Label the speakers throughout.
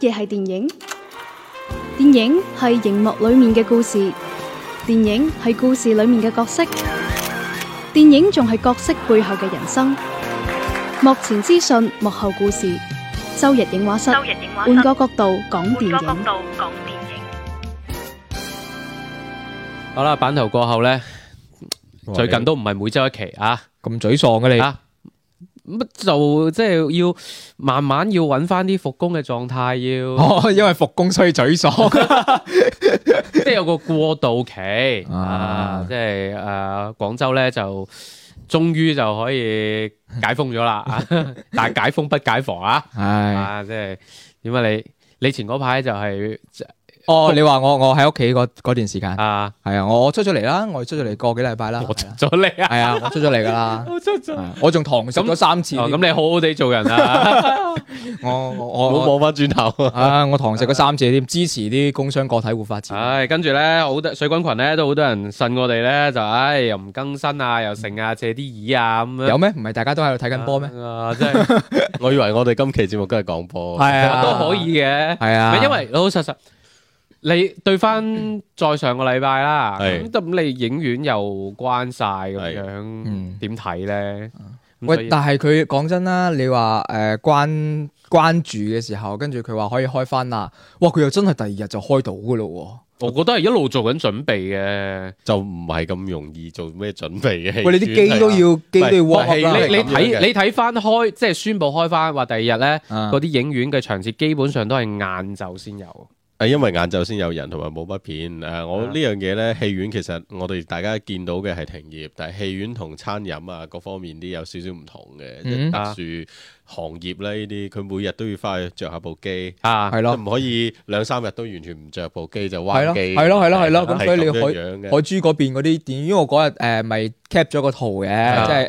Speaker 1: 嘢係電影？電影係熒幕裏面嘅故事，電影係故事裏面嘅角色，電影仲係角色背後嘅人生。幕前資訊，幕後故事。周日影畫室，
Speaker 2: 周日映畫室
Speaker 1: 換個角度講電
Speaker 2: 換個角
Speaker 1: 影。
Speaker 2: 度講電影。
Speaker 3: 好啦，版頭過後咧，
Speaker 4: 哇
Speaker 3: 最近都唔係每周一期啊，
Speaker 4: 你咁沮喪嘅你，
Speaker 3: 啊乜就即係要慢慢要揾翻啲復工嘅狀態，要
Speaker 4: 哦，因為復工所以 沮喪。
Speaker 3: 即係有個過渡期
Speaker 4: 啊
Speaker 3: 啊，即係誒廣州咧就啊終於就可以解封咗啦， 啊但係解封不解防啊，
Speaker 4: 唉，
Speaker 3: 啊即係點啊你你前嗰排就係
Speaker 4: 哦，你話我我喺屋企嗰嗰段時間，
Speaker 3: 啊
Speaker 4: 係啊，我我出咗嚟啦，我出咗嚟個幾禮拜啦，
Speaker 3: 我出
Speaker 4: 係啊
Speaker 3: 咗你啊，
Speaker 4: 係啊，我出咗嚟噶 啦，
Speaker 3: 我出咗。
Speaker 4: 係啊我仲堂食咗三次
Speaker 3: 哦，
Speaker 4: 添，
Speaker 3: 咁你好好地做人啊，
Speaker 4: 我我
Speaker 3: 唔好
Speaker 4: 我我
Speaker 3: 望翻轉頭。
Speaker 4: 啊，我堂食咗三次添，支持啲工商個體戶發展。
Speaker 3: 唉，跟住咧，好多水軍群咧都好多人信我哋咧，就唉又唔更新啊，又剩啊，借啲椅啊咁樣。
Speaker 4: 有咩？唔係大家都喺度睇緊波咩？
Speaker 3: 啊，真 係
Speaker 5: 我以為我哋今期節目都係講波，
Speaker 4: 係啊，
Speaker 3: 都可以嘅。
Speaker 4: 係
Speaker 3: 唔
Speaker 4: 啊，嗯
Speaker 3: 係因為老老實實，你對翻再上個禮拜啦，咁
Speaker 5: 係
Speaker 3: 咁你影院又關晒咁
Speaker 5: 係
Speaker 3: 樣，
Speaker 4: 嗯
Speaker 3: 點睇咧？咁所
Speaker 4: 喂，
Speaker 3: 以
Speaker 4: 但係佢講真啦，你話誒、呃、關關注嘅時候，跟住佢話可以開翻啦，哇！佢又真係第二日就開到噶咯
Speaker 3: 我覺得係一路做緊準備嘅。
Speaker 5: 就唔係咁容易做咩準備嘅。
Speaker 4: 喎。喂，你啲機都
Speaker 3: 啊
Speaker 4: 要機啊都要
Speaker 5: 唔係
Speaker 4: warm up
Speaker 5: 戲
Speaker 4: 啦
Speaker 5: 係
Speaker 3: 你你
Speaker 5: 咁樣
Speaker 3: 睇
Speaker 5: 嘅
Speaker 3: 你睇翻開，即係宣布開翻話第二日咧，
Speaker 4: 啊
Speaker 3: 嗰啲影院嘅場次基本上都係晏晝先有。
Speaker 5: 係啊因為晏晝先有人，同埋冇乜片。誒、我
Speaker 3: 啊
Speaker 5: 呢樣嘢呢，戲院其實我哋大家見到嘅係停業，但係戲院同餐飲啊各方面啲有少少唔同嘅，即係
Speaker 4: 嗯
Speaker 5: 特殊行業咧呢啲，佢每日都要翻去着下部機。
Speaker 3: 啊，
Speaker 4: 係
Speaker 5: 即
Speaker 4: 咯
Speaker 5: 係唔可以兩三日都完全唔着部機就
Speaker 4: 係
Speaker 5: 玩
Speaker 4: 咯
Speaker 5: 機。
Speaker 4: 係咯係咯係咯，咁
Speaker 5: 係
Speaker 4: 所以你
Speaker 5: 咁樣
Speaker 4: 海
Speaker 5: 樣嘅
Speaker 4: 海珠嗰邊嗰啲電影，因為我嗰日誒咪 cap 咗個圖嘅，
Speaker 3: 啊
Speaker 4: 即係誒《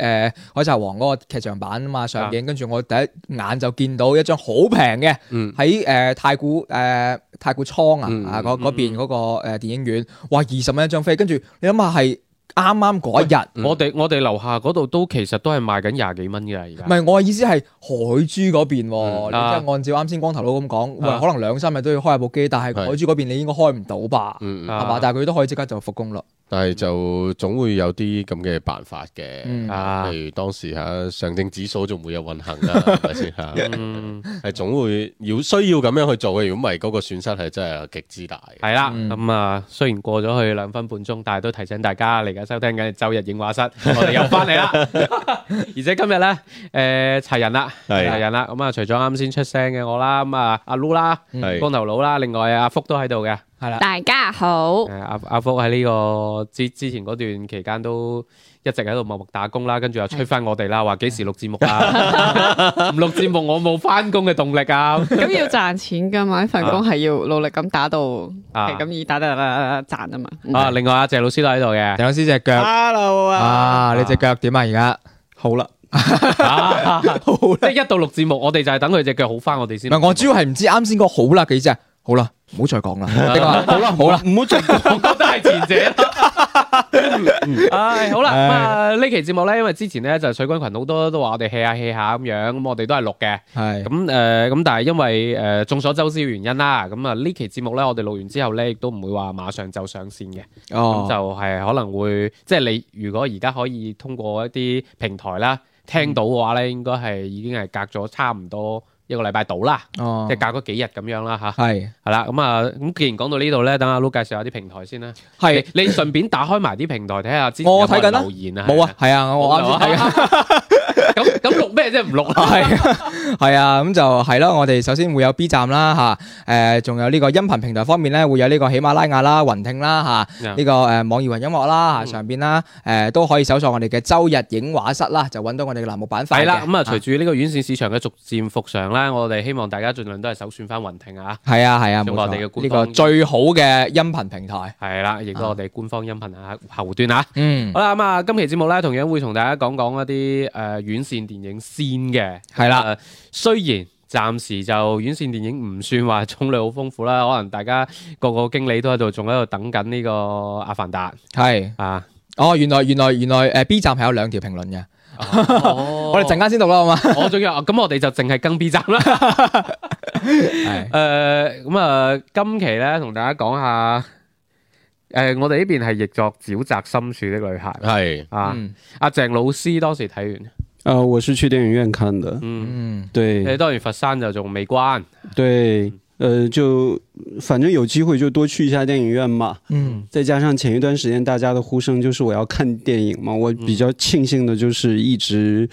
Speaker 4: 海賊王》嗰個劇場版啊嘛上映，跟住我第一眼就見到一張好平嘅
Speaker 3: 嗯
Speaker 4: 喺誒太古誒太古倉
Speaker 3: 嗯
Speaker 4: 啊啊嗰嗰邊嗰個誒電影院，哇二十蚊一張飛，跟住你諗下係啱啱嗰一日。
Speaker 3: 我哋我哋樓下嗰度都其實都係賣緊廿幾蚊嘅而
Speaker 4: 唔
Speaker 3: 家。
Speaker 4: 係我嘅意思係海珠嗰邊喎，
Speaker 3: 嗯
Speaker 4: 你
Speaker 3: 啊
Speaker 4: 即係按照啱先光頭佬咁講，
Speaker 3: 啊
Speaker 4: 喂，可能兩三日都要開下部機，但係
Speaker 5: 係
Speaker 4: 海珠嗰邊你應該開唔到吧？
Speaker 5: 嗯嗯
Speaker 3: 啊
Speaker 4: 係嘛？但係佢都可以即刻就復工啦。
Speaker 5: 但係就總會有啲咁嘅辦法嘅，
Speaker 4: 嗯
Speaker 3: 啊
Speaker 5: 譬如當時嚇上證指數仲每日運行 啦，係咪先嚇？
Speaker 3: 嗯，
Speaker 5: 係總會要需要咁樣去做嘅，如果唔係嗰個損失係真係極之大嘅。
Speaker 3: 係啦，
Speaker 4: 嗯
Speaker 3: 咁啊，雖然過咗去兩分半鐘，但係都提醒大家，你而家收聽緊周日映 畫室，我哋又翻嚟啦。 而且今日咧，誒齊人啦，
Speaker 5: 係
Speaker 3: 齊人啦。咁啊，除咗啱先出聲嘅我啦，咁啊阿 Lu 啦，
Speaker 5: 係
Speaker 3: 光頭佬啦，另外阿福都喺度嘅。
Speaker 4: 係啦，
Speaker 6: 大家好，
Speaker 3: 誒
Speaker 4: 哦
Speaker 3: 阿阿福喺呢個之之前嗰段期間都一直喺度默默打工啦，跟住又催翻我哋啦，話幾時錄節目啊？ 唔錄節目我冇翻工嘅動力啊！
Speaker 6: 咁要賺錢噶嘛？呢份工係要努力咁打到，
Speaker 3: 啊
Speaker 6: 係咁易打打打打打賺啊嘛。
Speaker 4: 嗯
Speaker 3: 啊，另外阿謝老師都喺度 嘅，
Speaker 4: 鄭老師隻腳
Speaker 5: Hello
Speaker 4: 啊，你隻腳點啊？而家
Speaker 5: 好啦，
Speaker 3: 啊即係一到錄節目，我哋就係等佢隻腳好翻，我哋先
Speaker 4: 唔係我主要係唔知啱先個好啦幾隻，好啦，唔好再講啦。 你話好啦好啦，
Speaker 5: 唔好再
Speaker 3: 我覺得係前 者
Speaker 4: 嗯
Speaker 3: 啦。唉，好啦，咁啊呢期節目咧，因為之前咧就水軍群好多都話我哋 hea 下 hea 下咁樣，咁我哋都係錄嘅。
Speaker 4: 係
Speaker 3: 咁誒咁，但係因為誒、呃眾所周知嘅原因啦，咁啊呢期節目咧，我哋錄完之後咧，亦都唔會話馬上就上線嘅，咁、
Speaker 4: 哦，
Speaker 3: 就係可能會即係你如果而家可以通過一啲平台啦聽到嘅話咧，應該係已經係隔咗差唔多一個禮拜到啦，
Speaker 4: 哦
Speaker 3: 即係隔嗰幾日咁樣啦吓，
Speaker 4: 係
Speaker 3: 係啦，咁啊咁既然講到呢度咧，等阿 Lu 介紹下啲平台先啦。
Speaker 4: 係
Speaker 3: 你你順便打開埋啲平台睇下之前
Speaker 4: 我
Speaker 3: 有冇
Speaker 4: 睇緊
Speaker 3: 人
Speaker 4: 啦
Speaker 3: 留言啊，
Speaker 4: 冇啊，係啊，我啱先睇緊。
Speaker 3: 咁咁錄咩啫？唔錄啦。
Speaker 4: 系系啊，咁就 係啦。我哋首先會有 B 站啦吓，诶、仲有呢個音頻平台方面咧，會有呢個喜馬拉雅啦、雲聽啦吓，
Speaker 3: Yeah.
Speaker 4: 呢、個个诶、網易雲音樂啦
Speaker 3: 嗯
Speaker 4: 吓，上边啦，诶、都可以搜索我哋嘅周日影畫室啦，就揾到我哋嘅欄目板塊
Speaker 3: 係啦，
Speaker 4: 嘅
Speaker 3: 咁啊，隨住呢個院線市場嘅逐漸復常啦，我哋希望大家盡量都係首選翻雲聽啊，
Speaker 4: 係啊係啊，冇
Speaker 3: 用
Speaker 4: 錯
Speaker 3: 我哋嘅官
Speaker 4: 呢
Speaker 3: 方
Speaker 4: 個最好嘅音頻平台。
Speaker 3: 係啦，亦都我哋官方音頻啊客户端啊。
Speaker 4: 嗯，
Speaker 3: 好啦，咁啊，今期節目咧，同樣會同大家講講一啲誒院線電影先嘅。
Speaker 4: 係啦，
Speaker 3: 誒雖然暫時就院線電影唔算話種類好豐富啦，可能大家個個經理都喺度，仲喺度等緊呢個《阿凡達》
Speaker 4: 係
Speaker 3: 啊。
Speaker 4: 哦，原來原來原來诶、呃 B 站係有兩條評論嘅， 我哋陣間先讀啦，好嘛？
Speaker 3: 我仲有哦咁，我哋就淨係更 B 站啦。
Speaker 4: 係
Speaker 3: 诶，咁啊，今期咧同大家講下，诶，我哋呢邊係譯作《沼澤深處的女孩》
Speaker 5: 系
Speaker 3: 啊。
Speaker 4: 嗯
Speaker 3: 阿鄭老師當時睇完，
Speaker 2: 呃，我是去电影院看的，
Speaker 3: 嗯，
Speaker 4: 嗯，
Speaker 3: 你
Speaker 2: 对
Speaker 3: 當然佛山就仲未關，
Speaker 2: 对，呃，就反正有机会就多去一下电影院嘛。
Speaker 4: 嗯，
Speaker 2: 再加上前一段时间大家的呼声就是我要看电影嘛，我比较庆幸的就是一直，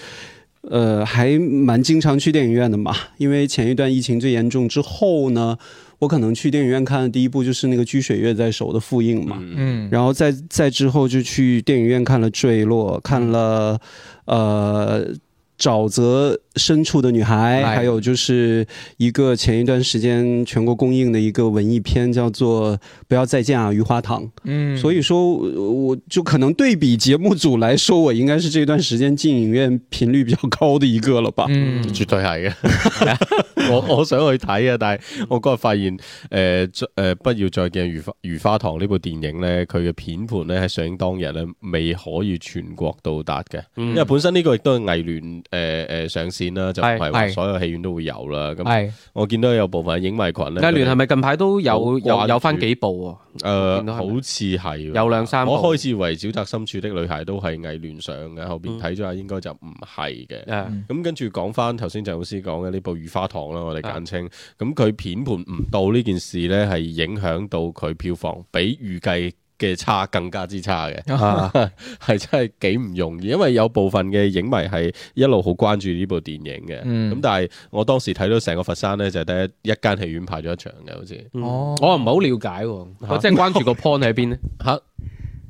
Speaker 2: 呃，还蛮经常去电影院的嘛。因为前一段疫情最严重之后呢，我可能去电影院看的第一部就是那个掬水月在手的复映嘛，
Speaker 4: 嗯，
Speaker 2: 然后再再之后就去电影院看了《坠落》，看了
Speaker 4: 嗯
Speaker 2: 呃。沼泽深处的女孩，
Speaker 4: 哎
Speaker 2: 还有就是一个前一段时间全国公映的一个文艺片，叫做《不要再见啊，余花堂》。
Speaker 4: 嗯，
Speaker 2: 所以说，我我就可能对比节目组来说，我应该是这段时间进影院频率比较高的一个了吧。
Speaker 4: 嗯，
Speaker 5: 绝對係嘅。 我我想去睇啊，但係我嗰日發現，诶、呃、不要再見如花如花堂呢部電影咧，佢嘅片盤咧喺上映當日咧未可以全國到達嘅，
Speaker 3: 嗯
Speaker 5: 因為本身呢個亦都係藝聯诶诶上線啦，就唔係話
Speaker 4: 係
Speaker 5: 所有戲院都會有啦。咁
Speaker 4: 係
Speaker 5: 我見到有部分影迷群咧，
Speaker 3: 阿聯係咪近排都有
Speaker 5: 好
Speaker 3: 有
Speaker 5: 關
Speaker 3: 有翻
Speaker 5: 注
Speaker 3: 幾部喎？
Speaker 5: 诶、
Speaker 3: 見到係咪
Speaker 5: 呃好似係喎
Speaker 3: 有兩三部
Speaker 5: 我開始以為《沼澤深處的女孩》都係藝聯上嘅，後
Speaker 3: 嗯
Speaker 5: 邊睇咗下應該就唔係嘅。
Speaker 3: 诶，
Speaker 5: 咁跟住講翻頭先鄭老師講嘅呢部《雨花堂》啦，我哋簡稱。咁佢片盤唔到呢件事呢，係影響到佢票房比預計嘅差更加之差嘅，係真係幾唔容易。因為有部分嘅影迷係一路好關注呢部電影嘅。咁、
Speaker 4: 嗯
Speaker 5: 但係我當時睇到成個佛山呢，就係得一一間戲院排咗一場嘅，好似
Speaker 4: 哦
Speaker 3: 我又唔係好了解喎，我即係關注個 point 喺邊咧。
Speaker 5: 嚇。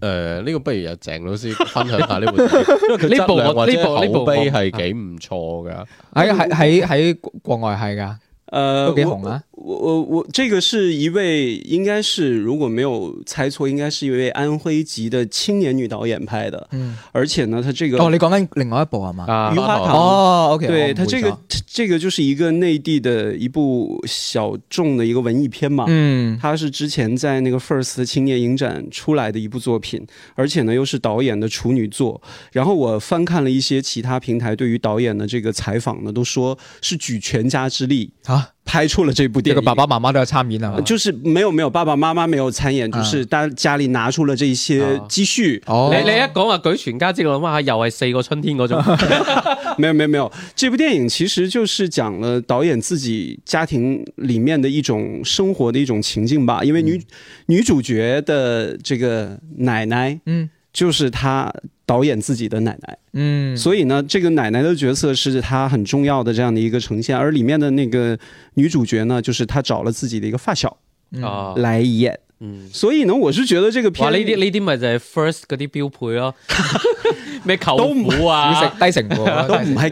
Speaker 5: 誒呢、個不如由鄭老師分享下呢部電 影，因
Speaker 3: 呢
Speaker 5: 為呢
Speaker 3: 部
Speaker 5: 部
Speaker 3: 我
Speaker 5: 或
Speaker 3: 呢
Speaker 5: 者
Speaker 3: 部呢部
Speaker 5: 口碑
Speaker 3: 我啊
Speaker 5: 係幾唔錯㗎。
Speaker 4: 喺哎喺喺喺國外係㗎，
Speaker 2: 呃，
Speaker 4: 都幾
Speaker 2: 我
Speaker 4: 紅啊！
Speaker 2: 我我我这个是一位，应该是如果没有猜错，应该是一位安徽籍的青年女导演拍的，
Speaker 4: 嗯，
Speaker 2: 而且呢，她这个
Speaker 4: 哦，你講緊另外一部係嘛？
Speaker 3: 啊
Speaker 2: 余，花
Speaker 5: 啊
Speaker 2: 堂，
Speaker 4: 哦，OK，
Speaker 2: 对
Speaker 4: 我
Speaker 2: 它
Speaker 4: 誤會
Speaker 2: 这个
Speaker 4: 咗
Speaker 2: 这个就是一个内地的一部小众的一个文艺片嘛，
Speaker 4: 嗯
Speaker 2: 它是之前在那个 First 青年影展出来的一部作品，而且呢又是导演的处女作。然后我翻看了一些其他平台对于导演的这个采访呢，都说是举全家之力
Speaker 4: 吓，
Speaker 2: 拍出了这部
Speaker 4: 呢
Speaker 2: 电
Speaker 4: 個
Speaker 2: 影。
Speaker 4: 爸爸媽媽都有參演啊
Speaker 2: 呃。就是没有没有爸爸妈妈没有参演，
Speaker 4: 啊
Speaker 2: 就是大家里拿出了这一些
Speaker 3: 嗯啊
Speaker 2: 积蓄，
Speaker 4: 哦，
Speaker 3: 你你一講話舉全家之力，我諗下又係四個春天嗰種。
Speaker 2: 没有没有没有，这部电影其实就是讲了导演自己家庭里面的一种生活的一种情境吧。因为
Speaker 3: 嗯
Speaker 2: 女、女主角的这个奶奶，
Speaker 4: 嗯，
Speaker 2: 就是她导演自己的奶奶，
Speaker 4: 嗯，
Speaker 2: 所以呢，这个奶奶的角色是她很重要的这样的一个呈现。而里面的那个女主角呢，就是她找了自己的一个发小
Speaker 4: 嗯
Speaker 3: 啊，
Speaker 2: 来演。
Speaker 3: 嗯，
Speaker 2: 所以呢，我是觉得这个片
Speaker 3: 哇！呢啲呢啲咪就係 first 嗰啲標配咯，咩舅父
Speaker 4: 要食
Speaker 3: 啊，
Speaker 4: 低成本，
Speaker 2: 都唔系咁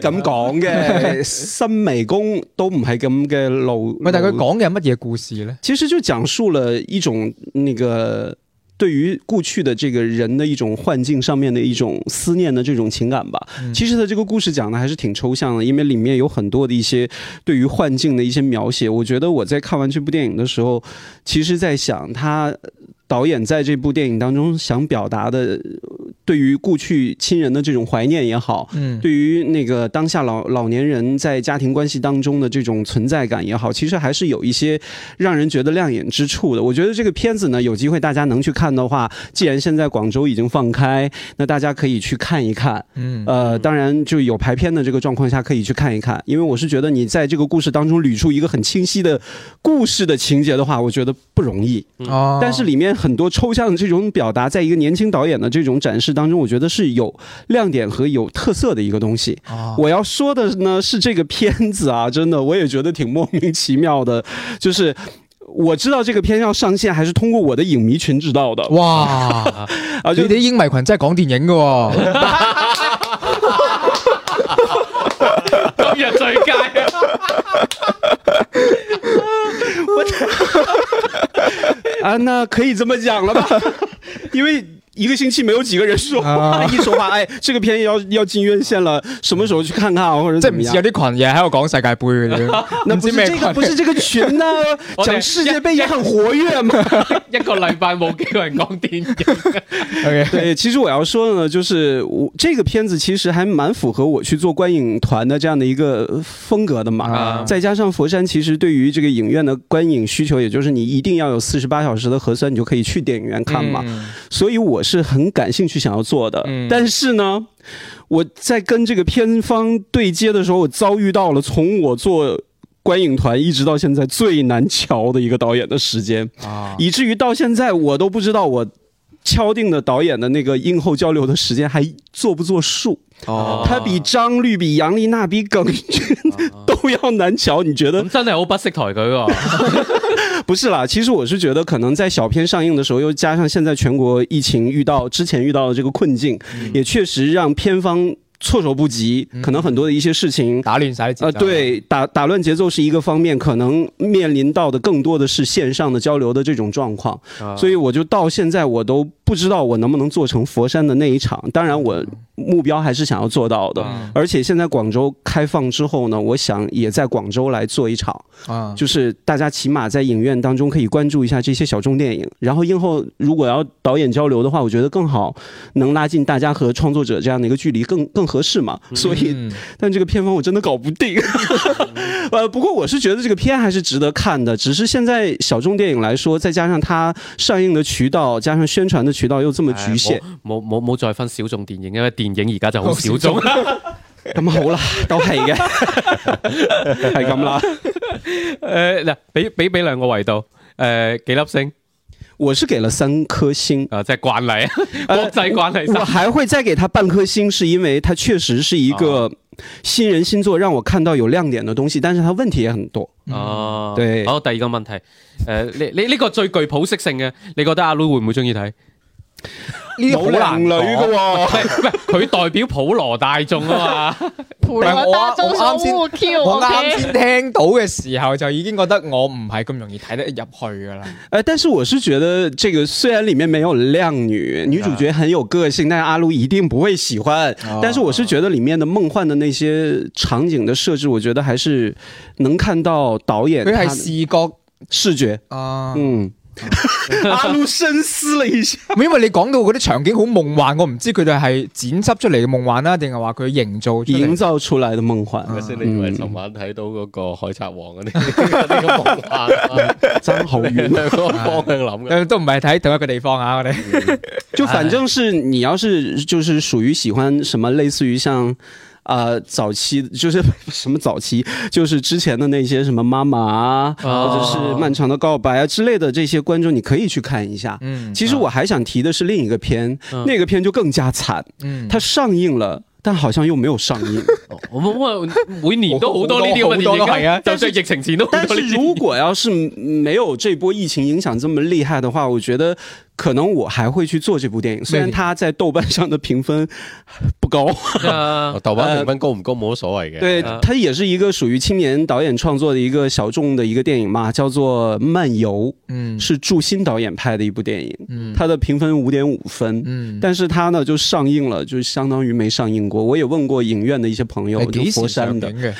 Speaker 2: 讲嘅，新迷宫都唔系咁嘅路。
Speaker 4: 喂，但係佢
Speaker 2: 路
Speaker 4: 講嘅係乜嘢故事咧？
Speaker 2: 其实就讲述了一呃种那个对于过去的这个人的一种幻境上面的一种思念的这种情感吧。
Speaker 4: 嗯
Speaker 2: 其实他这个故事讲的还是挺抽象的，因为里面有很多的一些对于幻境的一些描写。我觉得我在看完这部电影的时候，其实在想他导演在这部电影当中想表达的。呃对于过去亲人的这种怀念也好，
Speaker 4: 嗯
Speaker 2: 对于那个当下老老年人在家庭关系当中的这种存在感也好，其实还是有一些让人觉得亮眼之处的。我觉得这个片子呢，有机会大家能去看的话，既然现在广州已经放开，那大家可以去看一看。
Speaker 4: 嗯
Speaker 2: 呃，当然就有排片的这个状况下，可以去看一看。因为我是觉得你在这个故事当中捋出一个很清晰的故事的情节的话，我觉得不容易。
Speaker 4: 哦，
Speaker 2: 但是里面很多抽象的这种表达，在一个年轻导演的这种展示当中，我觉得是有亮点和有特色的一个东西。
Speaker 4: 哦
Speaker 2: 我要说的呢是这个片子啊，真的我也觉得挺莫名其妙的，就是。我知道这个片要上线，还是通过我的影迷群知道
Speaker 4: 哦
Speaker 2: 的
Speaker 4: 哇！
Speaker 2: 啊！
Speaker 4: 你
Speaker 2: 就
Speaker 4: 哋英迷群真係講電影嘅喎，
Speaker 3: 今日最佳啊！
Speaker 2: 啊，那可以这么讲了吧？因为一个星期没有几个人说话，一说话，哎，这个片要要进院线了，什么时候去看看啊，或者
Speaker 4: 即係
Speaker 2: 怎
Speaker 4: 唔
Speaker 2: 么
Speaker 4: 知
Speaker 2: 样
Speaker 4: 有？啲群嘢喺度講世界盃嘅啫，
Speaker 2: 那
Speaker 4: 唔
Speaker 2: 不
Speaker 4: 知
Speaker 2: 是
Speaker 4: 咩
Speaker 2: 这
Speaker 4: 群
Speaker 2: 个，不 是这个群呢、
Speaker 3: 我得
Speaker 2: 讲世界杯也很活跃嘛。
Speaker 3: 一個禮拜冇幾個人講電影，
Speaker 4: OK
Speaker 2: 对，其实我要说的呢，就是我这个片子其实还蛮符合我去做观影团的这样的一个风格的嘛。
Speaker 4: 啊
Speaker 2: 再加上佛山其实对于这个影院的观影需求，也就是你一定要有四十八小时的核酸，你就可以去电影院看嘛。
Speaker 4: 嗯
Speaker 2: 所以我是很感兴趣想要做的。
Speaker 4: 嗯
Speaker 2: 但是呢，我在跟这个片方对接的时候，我遭遇到了从我做。观影团一直到现在最难瞧的一个导演的时间，
Speaker 4: 啊，
Speaker 2: 以至于到现在我都不知道我敲定的导演的那个映后交流的时间还做不做数。
Speaker 4: 哦，
Speaker 2: 他比张律、比杨丽娜、比耿军
Speaker 4: 啊
Speaker 2: 都要难瞧，你觉得
Speaker 3: 咁真係好不識抬舉 喎。
Speaker 2: 不是啦，其实我是觉得，可能在小片上映的时候，又加上现在全国疫情遇到之前遇到的这个困境，
Speaker 4: 嗯
Speaker 2: 也确实让片方措手不及，可能很多的一些事情。
Speaker 4: 打亂晒啲節奏
Speaker 2: 呃，对，打打乱节奏是一个方面，可能面临到的更多的是线上的交流的这种状况，
Speaker 3: 啊
Speaker 4: 啊
Speaker 2: 所以我就到现在我都不知道我能不能做成佛山的那一场。当然，我目标还是想要做到的，
Speaker 4: 嗯
Speaker 2: 而且现在广州开放之后呢，我想也在广州来做一场。
Speaker 4: 啊，
Speaker 2: 就是大家起码在影院当中可以关注一下这些小众电影，然后映后如果要导演交流的话，我觉得更好，能拉近大家和创作者这样的一个距离更更合适嘛。所以，
Speaker 4: 嗯
Speaker 2: 但这个片方我真的搞不定。呃，不过我是觉得这个片还是值得看的，只是现在小众电影来说，再加上它上映的渠道，加上宣传的渠道又这么局限，
Speaker 3: 冇冇冇再分小眾電影，因為電影而家就好小眾。
Speaker 2: 咁好啦，都係 嘅，係咁啦。
Speaker 3: 誒嗱，俾俾俾兩個維度，誒幾粒星
Speaker 2: 我是给了三顆星。
Speaker 3: 啊，即係慣例，
Speaker 2: 呃
Speaker 3: 國際慣例
Speaker 2: 我
Speaker 3: 三。
Speaker 2: 还会再给他半颗星，是因为他确实是一个新人新作，让我看到有亮点的东西，但是他问题也很多。
Speaker 3: 哦，
Speaker 2: 對
Speaker 3: 好，第二個問題，誒你你呢個最具普適性嘅，你覺得阿 Lu 會唔會中意睇？
Speaker 4: 呢啲好難講。
Speaker 2: 喎，
Speaker 3: 唔係佢代表普羅大眾啊嘛，
Speaker 6: 陪我
Speaker 4: 但係我
Speaker 6: 打中
Speaker 4: 我啱先
Speaker 6: 數我 Q
Speaker 4: 我
Speaker 6: o
Speaker 4: 啱
Speaker 6: k
Speaker 4: 先聽到嘅時候就已經覺得我唔係咁容易睇得入去噶啦。
Speaker 2: 呃，但是我是觉得这个虽然里面没有靓女，女主角很有个性，但是阿撸一定不会喜欢。
Speaker 5: 哦
Speaker 4: 啊
Speaker 2: 但是我是觉得里面的梦幻的那些场景的设置，我觉得还是能看到导演
Speaker 4: 佢
Speaker 2: 他
Speaker 4: 係視覺
Speaker 2: 视觉，
Speaker 4: 啊，唔
Speaker 2: 嗯。 阿撸深思了一下，
Speaker 4: 係因為你講到嗰啲場景好夢幻，我唔知佢哋係剪輯出嚟嘅夢幻啦，啊定係話佢營造出
Speaker 2: 营
Speaker 4: 嚟
Speaker 2: 造出来的梦幻，
Speaker 5: 咪先？你以
Speaker 3: 嗯
Speaker 5: 為尋晚睇到嗰個海賊王嗰啲嗰啲咁夢幻啊？
Speaker 2: 张好
Speaker 5: 你
Speaker 2: 远。
Speaker 5: 兩個方向諗嘅。
Speaker 4: 誒都唔係睇同一個地方啊！我哋
Speaker 2: 就反正是你要是就是属于喜欢什么，类似于像。呃，早期就是 什么早期，就是之前的那些什么妈妈啊，或者
Speaker 4: 哦
Speaker 2: 是漫长的告白啊之类的这些观众，你可以去看一下。
Speaker 4: 嗯
Speaker 2: 其实我还想提的是另一个片，那个片就更加惨，
Speaker 4: 嗯
Speaker 2: 它上映了，但好像又没有上 映。
Speaker 3: 我我每年都好多呢啲咁嘅
Speaker 4: 好多都
Speaker 3: 電影
Speaker 4: 係
Speaker 3: 啊
Speaker 4: 啊，
Speaker 3: 就算疫情前都好
Speaker 2: 但
Speaker 3: 多呢
Speaker 2: 是
Speaker 3: 啲。
Speaker 2: 如果要是没有这波疫情影响这么厉害的话，我觉得可能我还会去做这部电影，虽然
Speaker 4: Maybe
Speaker 2: 它在豆瓣上的评分不高。
Speaker 3: 啊
Speaker 5: 豆瓣評分高唔高冇乜所謂嘅。
Speaker 2: 对
Speaker 3: 嗯，
Speaker 2: 它也是一个属于青年导演创作的一个小众的一个电影嘛，叫做《漫游
Speaker 4: 嗯》，
Speaker 2: 是祝新导演拍的一部电
Speaker 5: 嗯
Speaker 2: 影，它的评分五点五分。
Speaker 4: 嗯，
Speaker 2: 但是它呢就上映了，就相当于没上映过。我也问过影院的一些朋友，
Speaker 4: 係
Speaker 2: 就
Speaker 4: 幾
Speaker 2: 佛
Speaker 4: 時上
Speaker 2: 山
Speaker 4: 映
Speaker 2: 的，
Speaker 4: 嘅？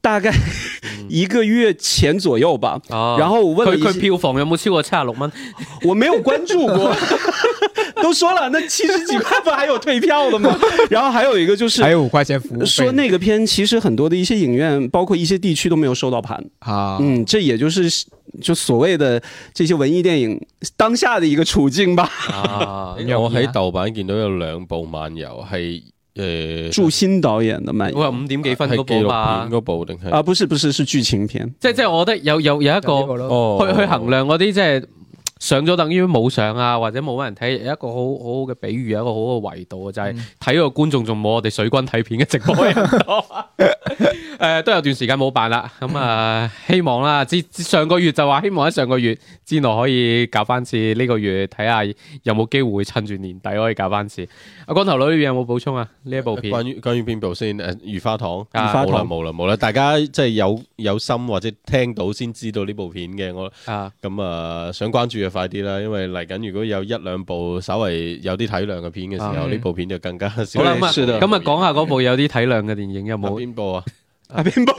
Speaker 2: 大概 一个月前左右吧。
Speaker 3: 哦
Speaker 2: 然后我问了
Speaker 3: 佢
Speaker 2: 一些
Speaker 3: 佢票房有冇超過七十六 蚊？
Speaker 2: 我没有关注过，都说了那七十几块不还有退票的吗？然后还有一个就是
Speaker 4: 喺胡瓜姐府
Speaker 2: 说那个片，其实很多的一些影院，包括一些地区都没有收到盘。
Speaker 4: 啊，
Speaker 2: 嗯，这也就是就所谓的这些文艺电影当下的一个处境吧。
Speaker 3: 啊，
Speaker 5: 我喺豆瓣見到有兩部漫遊係誒
Speaker 2: 祝新导演的漫
Speaker 3: 我
Speaker 2: 游
Speaker 3: 有五點幾分
Speaker 5: 係
Speaker 3: 嗰
Speaker 5: 紀
Speaker 3: 部
Speaker 5: 錄
Speaker 3: 嘛
Speaker 5: 片，嗰部定係
Speaker 2: 啊，不是不是是剧情片，
Speaker 3: 即即係我覺得有有有一
Speaker 4: 就呢個
Speaker 3: 個
Speaker 4: 咯
Speaker 5: 哦
Speaker 3: 去去衡量嗰啲即係上咗等於冇上啊，或者冇乜人睇，有一個好好好嘅比喻，有一個好
Speaker 4: 嗯
Speaker 3: 好嘅維度啊，就係睇個觀眾仲冇我哋水軍睇片嘅直播人多。誒都有段時間冇辦啦，咁 啊希望啦，之之上個月就話希望喺上個月之內可以搞翻次，呢個月睇下有冇機會趁住年底可以搞翻次。阿光頭女有冇補充啊？呢一部片
Speaker 5: 關於關於邊部先？誒，如花糖，
Speaker 3: 啊
Speaker 5: 冇啦冇啦冇啦！大家即係有有心或者聽到先知道呢部片嘅，我
Speaker 3: 啊，
Speaker 5: 咁啊想關注就快啲啦，因為嚟緊如果有一兩部稍微有啲體量嘅片嘅時候，
Speaker 3: 嗯
Speaker 5: 呢部片就更加少
Speaker 3: 好啦
Speaker 5: 人留意。
Speaker 3: 咁啊，
Speaker 2: 是的
Speaker 3: 咁啊講下嗰部有啲體諒嘅電影有
Speaker 5: 冇
Speaker 3: 冇？
Speaker 5: 邊部啊？
Speaker 2: 啊邊部？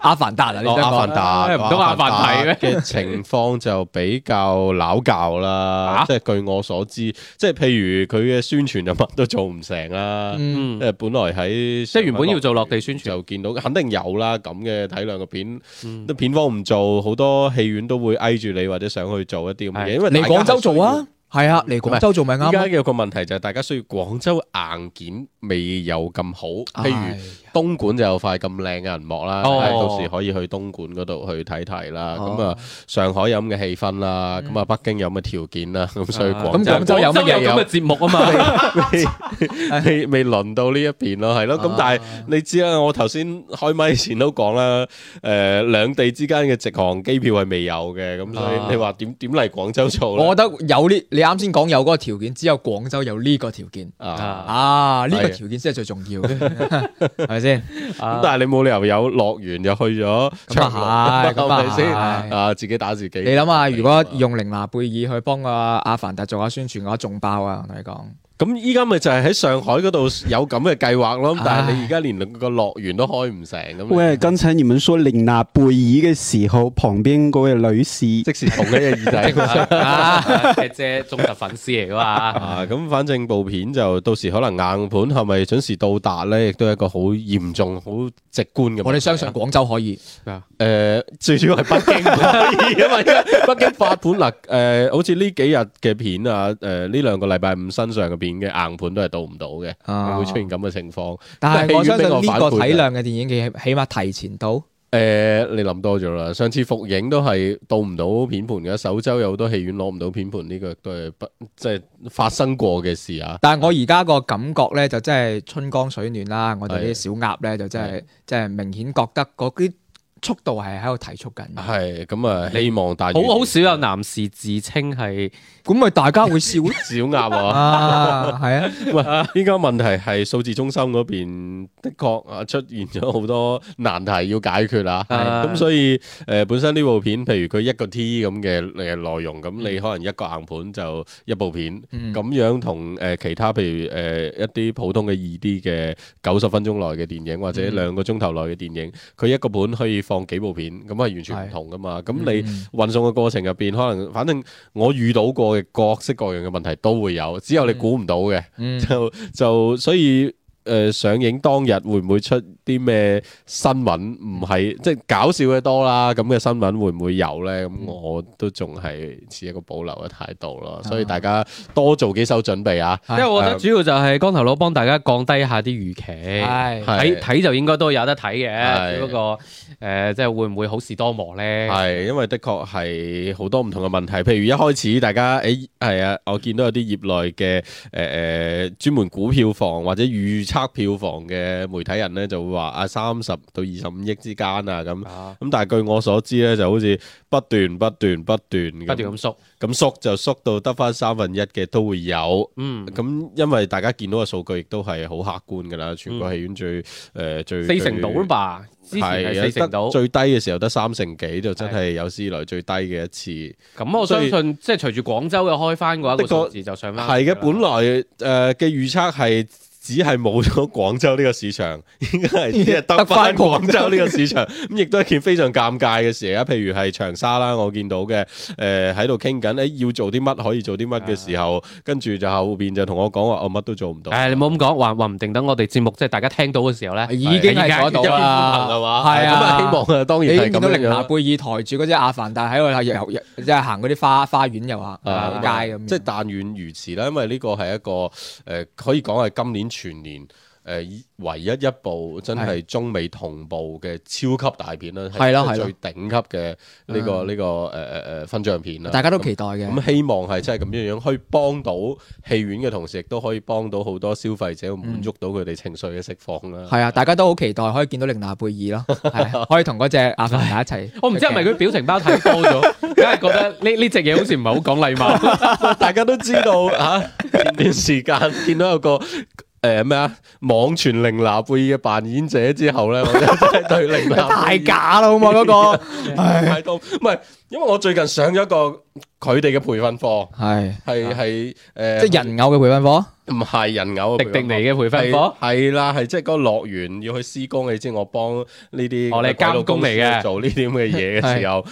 Speaker 4: 阿凡達啊，你
Speaker 5: 哦，
Speaker 4: 想
Speaker 5: 阿
Speaker 4: 講
Speaker 5: 凡 達，
Speaker 3: 唔通阿凡
Speaker 5: 達
Speaker 3: 提咩
Speaker 5: 嘅情況就比較撈教啦
Speaker 3: 啊，
Speaker 5: 即係據我所知，即係譬如佢嘅宣傳就乜都做唔成啦。
Speaker 4: 嗯
Speaker 5: 即
Speaker 3: 嗯，
Speaker 5: 係本來喺
Speaker 3: 即係原本要做落地宣傳，
Speaker 5: 就見到肯定有啦，咁嘅體量嘅片，啲片方唔做，好多戲院都會挨住你或者想去做一啲咁嘅嘢，
Speaker 3: 係
Speaker 5: 因為
Speaker 4: 嚟
Speaker 5: 大家
Speaker 4: 廣州
Speaker 5: 係需要
Speaker 4: 做啊。，係啊，嚟廣州做咪
Speaker 5: 而
Speaker 4: 啱
Speaker 5: 家
Speaker 4: 咯。
Speaker 5: 有個問題就係大家需要廣州硬件未有咁好，譬如
Speaker 4: 唉
Speaker 5: 東莞就有塊咁靚嘅銀幕啦，
Speaker 3: 哦
Speaker 5: 係到時可以去東莞嗰度去睇睇啦。
Speaker 4: 哦
Speaker 5: 咁啊，上海有咁嘅氣氛啦，咁啊，北京有咁嘅條件啦，咁所以
Speaker 3: 啊
Speaker 5: 廣
Speaker 4: 咁廣州有乜嘢
Speaker 3: 有咁嘅節目啊嘛？
Speaker 5: 未未輪到呢一邊咯，係咯。咁
Speaker 4: 啊
Speaker 5: 但係你知啦，我頭先開咪前都講啦，誒兩地之間嘅直航機票係未有嘅，咁所以
Speaker 3: 啊
Speaker 5: 你話點點嚟廣州做
Speaker 4: 我
Speaker 5: 咧？
Speaker 4: 覺得有呢，你啱先講有嗰個條件，只有廣州有呢個條件
Speaker 5: 啊，
Speaker 4: 啊，呢個
Speaker 5: 係啊
Speaker 4: 條件先係最重 要嘅，係咪先？
Speaker 5: 咁
Speaker 3: 啊
Speaker 5: 但係你冇理由有樂園又去咗
Speaker 4: 咁
Speaker 5: 長隆，
Speaker 4: 啊係，咁
Speaker 5: 係咪先？
Speaker 4: 啊係。
Speaker 5: 啊，自己打自己。啊
Speaker 4: 你諗下，如果用玲娜貝爾去幫個阿凡達做下宣傳嘅話，仲爆啊！我同你講，
Speaker 5: 咁依家咪就係喺上海嗰度有咁嘅計劃咯，咁但係
Speaker 4: 唉
Speaker 5: 你而家連個樂園都開唔成咁，
Speaker 2: 喂，剛才你們說玲娜貝爾嘅時候，旁邊嗰位女士，
Speaker 5: 即時捅一隻耳 仔。
Speaker 3: 啊，係姐忠實粉絲嚟噶 嘛？
Speaker 5: 啊，咁反正部片就到時可能硬盤係咪準時到達咧，亦都係一個好嚴重、好直觀嘅問題啊。
Speaker 4: 我哋相信廣州可以。
Speaker 5: 誒、最主要係北京唔可以，因為 北京發盤嗱誒、呃好似呢幾日嘅片啊，誒、呢兩個禮拜五身上嘅片嘅硬盤都係到唔到嘅，
Speaker 4: 啊
Speaker 5: 會出現咁嘅情況。
Speaker 4: 但係我相信
Speaker 5: 戲
Speaker 4: 呢
Speaker 5: 院俾
Speaker 4: 個
Speaker 5: 我反
Speaker 4: 體
Speaker 5: 饋啊
Speaker 4: 量嘅電影，嘅起碼提前到。
Speaker 5: 誒、呃你諗多咗啦！上次復映都係到唔到片盤嘅，首周有好多戲院攞唔到片盤，呢、個都係不即係發生過嘅事啊！
Speaker 4: 但係我而家個感覺咧，就真係春江水暖啦。我哋
Speaker 5: 係
Speaker 4: 啲小鴨咧，就真係真係明顯覺得嗰啲速度係喺度提速緊。
Speaker 5: 係咁啊，希望大
Speaker 3: 好好少有
Speaker 5: 啊
Speaker 3: 男士自稱係
Speaker 4: 咁咪大家會 笑
Speaker 5: 小鴨啊！
Speaker 4: 啊？係啊，
Speaker 5: 喂，依家問題係數字中心嗰邊的確啊出現咗好多難題要解決啦，
Speaker 3: 啊
Speaker 5: 咁所以誒、呃本身呢部片，譬如佢一個 T 咁嘅誒內容，咁你可能一個硬盤就一部片，咁、
Speaker 4: 嗯
Speaker 5: 樣同誒、呃其他譬如誒、呃一啲普通嘅二 D 嘅九十分鐘內嘅電影或
Speaker 4: 嗯
Speaker 5: 者兩個鐘頭內嘅電影，佢一個盤可以放幾部片，咁係完全唔同噶嘛，咁你。
Speaker 4: 嗯
Speaker 5: 運送嘅過程入邊，可能反正我遇到過嘅各式各樣嘅問題都會有，只有你估唔到嘅，
Speaker 4: 嗯
Speaker 5: 就就所以。誒、上映當日會唔會出啲咩新聞？唔係即係搞笑嘅多啦，咁嘅新聞會唔會有呢？咁我都仲係持一個保留嘅態度咯，所以大家多做幾手準
Speaker 4: 嗯
Speaker 5: 備啊！
Speaker 3: 因為我覺得主要就係光頭佬幫大家降低下啲預期。
Speaker 4: 係
Speaker 5: 係
Speaker 3: 睇睇就應該都有得睇嘅，
Speaker 5: 係
Speaker 3: 只不過誒，即係會唔會好事多磨咧？
Speaker 5: 係，因為的確係好多唔同嘅問題，譬如一開始大家誒係啊，我見到有啲業內嘅誒誒專門估票房或者預測票房嘅媒體人咧，就會話啊三十到二十五億之間啊咁。
Speaker 3: 啊
Speaker 5: 咁但係據我所知咧，就好似不斷不斷不斷咁
Speaker 3: 不斷咁縮，
Speaker 5: 咁縮就縮到得翻三分一嘅都會有。
Speaker 3: 嗯，
Speaker 5: 咁因為大家見到嘅數據亦都係好客觀㗎啦，全個戲院最誒、呃最
Speaker 3: 嗯四成到
Speaker 5: 最
Speaker 3: 啦吧？之前係
Speaker 5: 係
Speaker 3: 四成
Speaker 5: 得
Speaker 3: 到，
Speaker 5: 最低嘅時候得三成幾，就真係有史以來最低嘅一次。
Speaker 3: 咁我相信即係隨住廣州嘅開翻嘅話，個
Speaker 5: 的確
Speaker 3: 數字就上翻。
Speaker 5: 係嘅，本來誒呃嘅預測係。只係冇咗廣州呢個市場， 應該係只係得翻廣州呢個市場，咁亦都係一件非常尷尬嘅事啊！譬如係長沙啦，我見到嘅誒喺度傾緊，誒要做啲乜可以做啲乜嘅時候，跟住就後邊就同我講話，哦我乜都做唔到。
Speaker 3: 誒，你冇咁講，話話唔定等我哋節目即係大家聽到嘅時候咧，
Speaker 4: 已經係
Speaker 3: 係
Speaker 4: 嗰度
Speaker 5: 一片歡
Speaker 4: 啦，
Speaker 5: 啊騰係嘛？
Speaker 4: 係
Speaker 5: 咁
Speaker 4: 啊，
Speaker 5: 希望啊，當
Speaker 4: 你
Speaker 5: 然
Speaker 4: 已經
Speaker 5: 係
Speaker 4: 見到
Speaker 5: 咁
Speaker 4: 玲
Speaker 5: 樣
Speaker 4: 娜
Speaker 5: 啦。
Speaker 4: 貝爾抬住嗰只阿凡達喺度遊遊，即係行嗰啲花花園又
Speaker 5: 啊
Speaker 4: 行行啊街咁樣。
Speaker 5: 即係但願如此啦，因為呢個係一個誒、呃可以講係今年全年誒、誒唯一一部真係中美同步嘅超級大片啦，
Speaker 4: 係啦係啦
Speaker 5: 最頂級嘅呢個呢個誒誒誒分賬片
Speaker 4: 嗯
Speaker 5: 啦。
Speaker 4: 大家都期待嘅。
Speaker 5: 咁啊希望係真係咁樣樣，可以幫到戲院嘅同時，亦都可以幫到好多消費者，
Speaker 4: 嗯
Speaker 5: 滿足到佢哋情緒嘅釋放啦。
Speaker 4: 係啊，大家都好期待可以見到玲娜貝爾咯，係啊可以同嗰只阿凡達一齊。
Speaker 3: 我唔知係咪佢表情包睇多 咗，梗係覺得呢呢只嘢好似唔係好講禮貌。
Speaker 5: 大家都知 道吓，前段時間見到有個诶咩啊，網傳令娜貝爾嘅扮演者之後 咧，我真係對令娜貝爾
Speaker 4: 太假啦，好嘛嗰個
Speaker 5: 態度，唔係，因為我最近上咗一個佢哋嘅培訓課，
Speaker 4: 係
Speaker 5: 係
Speaker 3: 啊
Speaker 5: 係诶，
Speaker 4: 即係人偶嘅培訓課，
Speaker 5: 唔係人偶
Speaker 3: 迪迪尼嘅培訓課，
Speaker 5: 系啦，係即係嗰個樂園要去施工，你知我幫呢啲
Speaker 3: 哦你係
Speaker 5: 鬼佬
Speaker 3: 監工嚟嘅
Speaker 5: 公司做呢啲咁嘅嘢嘅時候，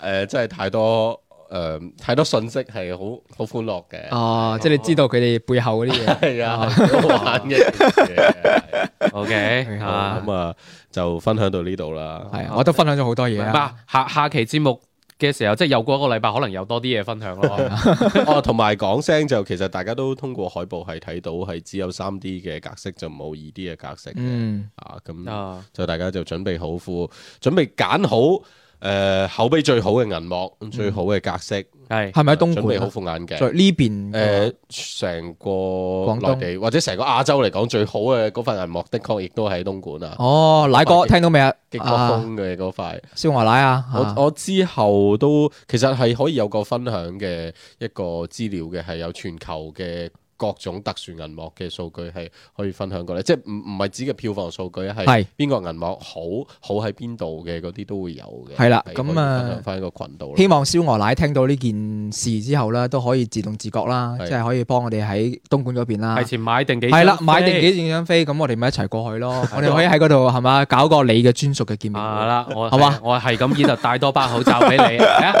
Speaker 5: 诶，真係太多诶太多信息係好好歡樂嘅。
Speaker 4: 哦，即係你知道佢哋背後嗰啲 嘢。
Speaker 5: 系啊，係好玩嘅一件事嚟嘅。
Speaker 3: O K
Speaker 5: 好咁 啊，就分享到呢度啦。
Speaker 4: 係啊，我都分享咗好多嘢啊。
Speaker 3: 嗱下下期節目嘅時候，即係又過一個禮拜，可能有多啲嘢分享 咯。
Speaker 5: 哦，同埋講聲就，其實大家都通過海報係睇到係只有三 D 嘅格式，就冇二 D 嘅格式嘅。
Speaker 4: 嗯，
Speaker 5: 啊，咁
Speaker 3: 啊，
Speaker 5: 就大家就準備好副，準備揀好诶口碑最好嘅銀幕，最好嘅格式，
Speaker 3: 係
Speaker 4: 嗯係咪喺東
Speaker 5: 準備
Speaker 4: 莞
Speaker 5: 好
Speaker 4: 啊？
Speaker 5: 副眼
Speaker 4: 在
Speaker 5: 鏡。
Speaker 4: 呢邊
Speaker 5: 誒，成個
Speaker 4: 廣東
Speaker 5: 內地或者成個亞洲嚟講，最好嘅嗰塊銀幕，的確亦都喺東莞啊，
Speaker 4: 哦，奶哥
Speaker 5: 極
Speaker 4: 聽到未啊？
Speaker 5: 極光
Speaker 4: 啊，
Speaker 5: 風嘅嗰塊。
Speaker 4: 燒鵝奶啊！啊
Speaker 5: 我我之後都其實係可以有個分享嘅一個資料嘅，係有全球嘅各種特殊銀幕嘅數據係可以分享過嚟，即係唔唔係指嘅票房數據，啊係
Speaker 4: 係
Speaker 5: 邊個銀幕好好喺邊度嘅嗰啲都會有嘅。
Speaker 4: 係啦
Speaker 5: 係
Speaker 4: 咁
Speaker 5: 可以分
Speaker 4: 啊
Speaker 5: 享翻喺個群度啦。
Speaker 4: 希望燒鵝奶聽到呢件事之後咧，都可以自動自覺啦，
Speaker 5: 係
Speaker 4: 即係可以幫我哋喺東莞嗰邊啦
Speaker 3: 提。前買定幾張
Speaker 4: 係啦，
Speaker 3: 飛
Speaker 4: 買定幾張飛，咁我哋咪一齊過去咯。我哋可以喺嗰度係嘛，搞個你嘅專屬嘅見面
Speaker 3: 啊
Speaker 4: 會。
Speaker 3: 啦，我
Speaker 4: 好嘛
Speaker 3: 我係咁意就戴多把口罩俾 你，係啊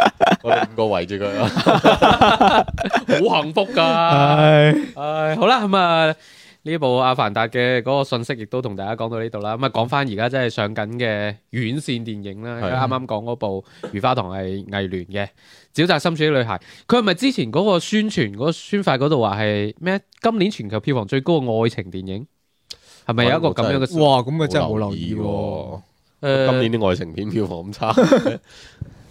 Speaker 5: 我哋五個圍住佢啊啦。
Speaker 3: 好幸福㗎。唉，好啦，咁啊。呢部《阿凡達》嘅嗰個信息亦都同大家講到呢度啦。咁啊，講翻而家真係上緊嘅院線電影啦，
Speaker 5: 係
Speaker 3: 啱啱講嗰部《如花堂》係藝聯嘅《沼澤深處的女孩》，佢係咪之前嗰個宣傳嗰個宣發嗰度話係咩？今年全球票房最高嘅愛情電影係咪有一個咁樣嘅事？
Speaker 4: 哇，咁啊真係冇留意喎。
Speaker 3: 誒
Speaker 5: 今年啲愛情片票房 咁差，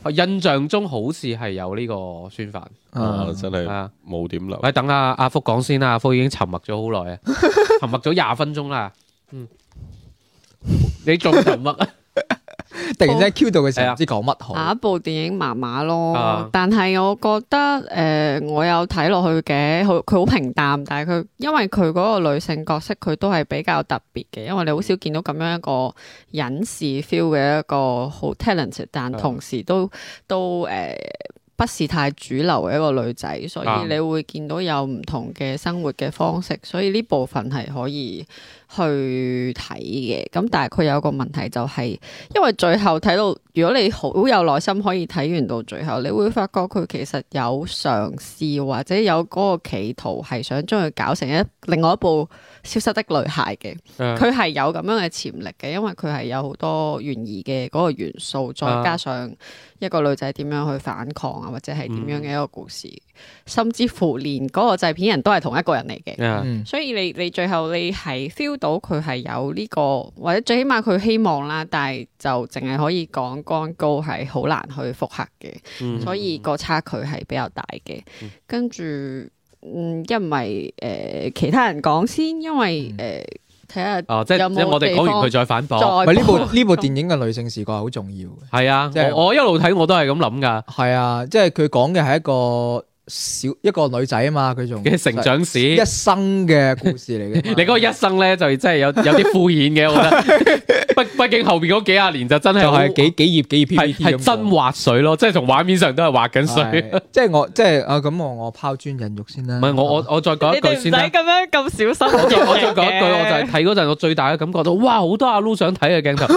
Speaker 4: 啊
Speaker 3: 印象中好似係有呢個宣發
Speaker 4: 啊
Speaker 5: 啊真係
Speaker 3: 啊！
Speaker 5: 冇點留。
Speaker 3: 喂，等阿阿福講先啦，阿福已經沉默咗 好耐啊，沉默咗廿分鐘啦。嗯，你仲沉默啊？
Speaker 4: 突然之間 Q 到嘅時
Speaker 3: 係
Speaker 4: 候，
Speaker 3: 啊
Speaker 4: 唔知講乜好。
Speaker 6: 下一部電影麻麻咯
Speaker 3: 啊，
Speaker 6: 但係我覺得诶、呃我有睇落去嘅，佢佢好平淡，但係佢因為佢嗰個女性角色，佢都係比較特別嘅，因為你好少見到咁樣一個隱士 feel 嘅一個好 talented，但
Speaker 3: 啊
Speaker 6: 同時都都诶。呃不是太主流嘅一個女仔，所
Speaker 3: 啊
Speaker 6: 以你會見到有唔同嘅生活嘅方式，所以呢部分係可以去睇嘅。咁但係佢有個問題就係、因為最後睇到，如果你好有耐心可以睇完到最後，你會發覺佢其實有嘗試或者有嗰個企圖係想將佢搞成一另外一部消失的女孩嘅。
Speaker 4: 啊
Speaker 6: 佢係有咁樣嘅潛力嘅，因為佢係有好多懸疑嘅嗰個元素，再
Speaker 3: 啊
Speaker 6: 加上一個女仔點樣去反抗啊，或者係點樣嘅一個故事，
Speaker 3: 嗯
Speaker 6: 甚至乎連嗰個製片人都係同一個人嚟嘅。
Speaker 3: 啊
Speaker 4: 嗯
Speaker 6: 所以你你最後你係 feel 到佢係有呢、個，或者最起碼佢希望啦，但係就淨係可以講乾高係好難去復刻嘅，
Speaker 3: 嗯
Speaker 6: 所以個差距係比較大嘅。跟住嗯，因為誒、呃其他人講先，因
Speaker 3: 嗯
Speaker 6: 為誒睇下。
Speaker 3: 哦，即
Speaker 6: 有
Speaker 3: 係
Speaker 6: 冇
Speaker 3: 即係我哋講完佢再反駁，
Speaker 4: 喂，
Speaker 6: 再
Speaker 4: 呢部呢部電影嘅女性視角係好重要嘅。
Speaker 3: 係啊
Speaker 4: 即係，
Speaker 3: 我我一路睇我都係咁諗㗎
Speaker 4: 係啊，即係佢講嘅係一個小一個女仔啊嘛，佢仲
Speaker 3: 嘅成長史。
Speaker 4: 一生嘅故事嚟嘅嘛。
Speaker 3: 你嗰個一生咧就真係 有有啲敷衍嘅，我覺得。 畢畢竟後邊嗰幾廿年就真係
Speaker 4: 就
Speaker 3: 好
Speaker 4: 係幾幾頁幾頁 PPT
Speaker 3: 係
Speaker 4: 咁
Speaker 3: 係真滑水咯，即係從畫面上都係滑緊水。
Speaker 4: 係即係我即係啊咁我我拋磚引玉先啦。
Speaker 3: 唔係我我我再講一
Speaker 6: 你哋
Speaker 3: 句
Speaker 6: 唔使
Speaker 3: 先啦。
Speaker 6: 咁樣咁小 心。
Speaker 3: 我再我再講一句，我就係睇嗰陣，我最大嘅感覺到，哇！好多阿 Lu 想睇嘅鏡頭，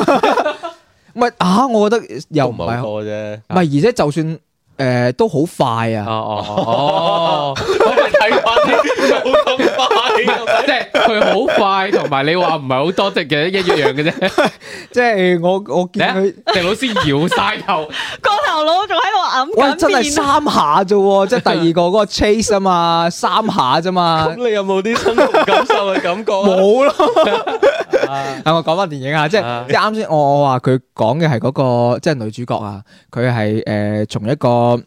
Speaker 4: 唔係啊，我覺得又
Speaker 5: 都
Speaker 4: 唔
Speaker 5: 唔係
Speaker 4: 係
Speaker 5: 好
Speaker 4: 好，唔
Speaker 5: 多 啫，
Speaker 4: 係而且就算誒都好快
Speaker 3: 哦
Speaker 4: 啊，
Speaker 3: 哦哦，
Speaker 5: 睇翻 啲冇咁快。啊
Speaker 3: 即係佢好快，同埋你話唔係好多隻嘅一樣嘅啫。
Speaker 4: 即係我我
Speaker 3: 你
Speaker 4: 見
Speaker 3: 啊
Speaker 4: 佢。
Speaker 3: 鄭老師搖晒頭，
Speaker 6: 光頭頭腦仲喺度
Speaker 4: 喂，
Speaker 6: 揞
Speaker 4: 真
Speaker 6: 緊
Speaker 4: 係
Speaker 6: 面
Speaker 4: 三下啫喎，即係第二個嗰個 chase 啊嘛，三下 啫嘛。
Speaker 5: 咁你有冇啲身同感受嘅感覺啊？
Speaker 4: 冇咯。 啊，我講翻電影啊，即係即係啱先，我我話佢講嘅係嗰個即係女主角啊，佢係誒從一個誒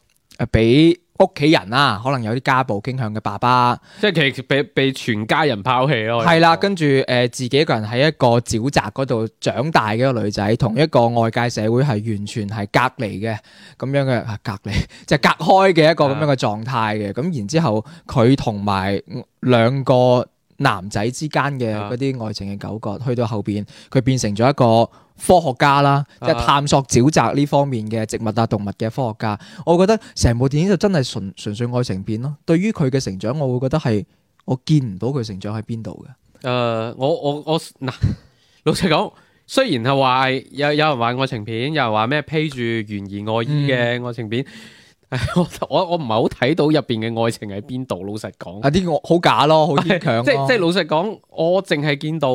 Speaker 4: 俾屋企人啊，可能有啲家暴傾向嘅爸爸，
Speaker 3: 即係其實被被全家人拋棄咯。
Speaker 4: 係啦，跟住誒自己一個人喺一個沼澤嗰度長大嘅一個女仔，同一個外界社會係完全係隔離嘅咁樣嘅啊隔離， 即係隔開嘅一個咁
Speaker 3: 啊
Speaker 4: 樣嘅狀態嘅。咁然之後，佢同埋兩個男仔之間嘅
Speaker 3: 啊
Speaker 4: 嗰啲愛情嘅糾葛，去到後邊佢變成咗一個科學家啦，即係
Speaker 3: 啊
Speaker 4: 探索沼澤呢方面嘅植物啊、動物嘅科學家。我覺得成部電影就真係純純粹愛情片咯。對於佢嘅成長，我會覺得係我見唔到佢成長喺邊度嘅。
Speaker 3: 誒、我我我嗱，老實講，雖然係話有有人話愛情片，有人話咩披住懸疑外衣嘅愛情片，唉我我我唔係好睇到入邊嘅愛情喺邊度。老實講，
Speaker 4: 啊！啲我好假咯，好牽強
Speaker 3: 即
Speaker 4: 咯
Speaker 3: 即老實講，我淨係見到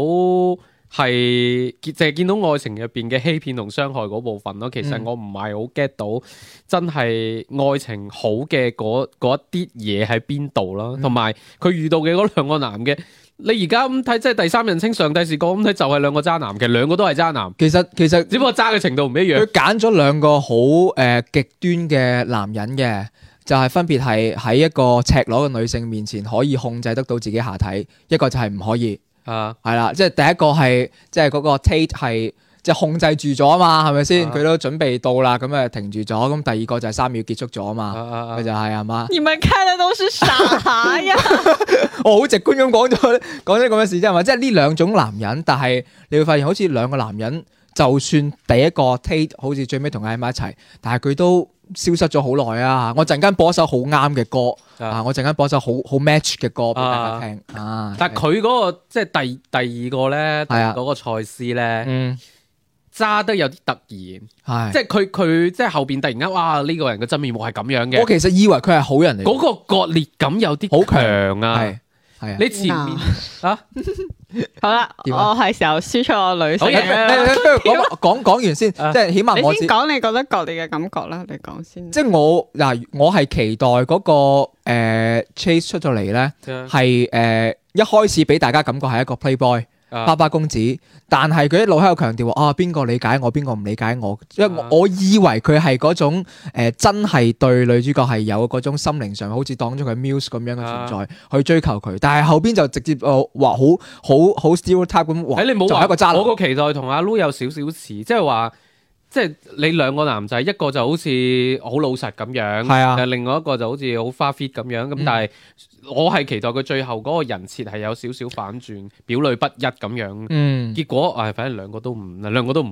Speaker 3: 係見淨係見到愛情入邊嘅欺騙同傷害嗰部分咯。其實
Speaker 4: 嗯
Speaker 3: 我唔係好 get 到真係愛情好嘅嗰嗰一啲嘢喺邊度啦，
Speaker 4: 嗯
Speaker 3: 同埋佢遇到嘅嗰兩個男嘅。你而家咁睇，即係第三人稱上帝視角咁睇，就係兩個渣男，其實兩個都係渣男，
Speaker 4: 其實其實
Speaker 3: 只不過渣嘅程度唔一
Speaker 4: 嗯
Speaker 3: 樣。
Speaker 4: 佢揀咗兩個好誒極端嘅男人嘅，就係、分別係喺一個赤裸嘅女性面前可以控制得到自己下體，一個就係唔可以，
Speaker 3: 啊，
Speaker 4: 係啦，即係第一個係即係嗰個 Tate 係。即係控制住咗啊嘛，係咪先？
Speaker 3: 啊
Speaker 4: 佢都準備到啦，咁啊停住咗。咁第二個就係三秒結束咗啊
Speaker 3: 啊
Speaker 4: 嘛，
Speaker 3: 啊啊
Speaker 4: 佢就係啊嘛。
Speaker 6: 你們看的都是啥呀？
Speaker 4: 我好直觀咁講咗講咗咁嘅事啫嘛，即係呢兩種男人，但係你會發現好似兩個男人，就算第一個 Tate 好似最尾同佢喺埋一齊，但係佢都消失咗好耐啊！我陣間播一首好啱嘅歌
Speaker 3: 啊
Speaker 4: 啊，我陣間播一首好好 match 嘅歌俾大家聽啊。
Speaker 3: 但係佢嗰個即係第第二個咧，
Speaker 4: 係啊
Speaker 3: 嗰個賽斯咧，
Speaker 4: 嗯
Speaker 3: 渣得有啲突然。
Speaker 4: 係，
Speaker 3: 即係佢佢即係後邊突然間哇呢、個人嘅真面目係咁樣
Speaker 4: 我
Speaker 3: 嘅，
Speaker 4: 其實以為佢係好人嚟嘅，
Speaker 3: 嗰個割裂感有啲
Speaker 4: 好
Speaker 3: 強啊！
Speaker 4: 係係啊。
Speaker 3: 你前面啊，
Speaker 6: 好啦，
Speaker 4: 點啊
Speaker 6: 我係時候輸出我女性
Speaker 3: 好
Speaker 4: 你你
Speaker 3: 嘢
Speaker 6: 啦。
Speaker 4: 你不如講講講完先，即
Speaker 3: 啊
Speaker 4: 係起
Speaker 6: 你
Speaker 4: 碼我自
Speaker 6: 先講你覺得割裂嘅感覺啦，你講先。
Speaker 4: 即係我嗱，我係期待嗰個呃 Chase 出咗嚟咧。
Speaker 3: 嗯
Speaker 4: 係誒、呃一開始俾大家感覺係一個 playboy
Speaker 3: 啊
Speaker 4: 巴巴公子，但係佢一路喺度強調話啊邊個理解我，邊個唔理解我，因為
Speaker 3: 啊
Speaker 4: 我我以為佢係嗰種、呃、真係對女主角係有嗰種心靈上好似當咗佢 muse 咁樣嘅存在、去追求佢，但係後邊就直接誒話好好好 stereotype 咁話，
Speaker 3: 誒你冇
Speaker 4: 就係
Speaker 3: 話
Speaker 4: 一個渣男，
Speaker 3: 我個期待同阿 Lu 有少少似，即係話即係你兩個男仔，一個就好似好老實咁樣，
Speaker 4: 係啊
Speaker 3: 但係另外一個就好似好花 fit 咁樣，咁
Speaker 4: 嗯
Speaker 3: 但係我係期待佢最後嗰個人設係有少少反轉，表裏不一咁樣。
Speaker 4: 嗯
Speaker 3: 結果唉，反正兩個都唔，兩個都唔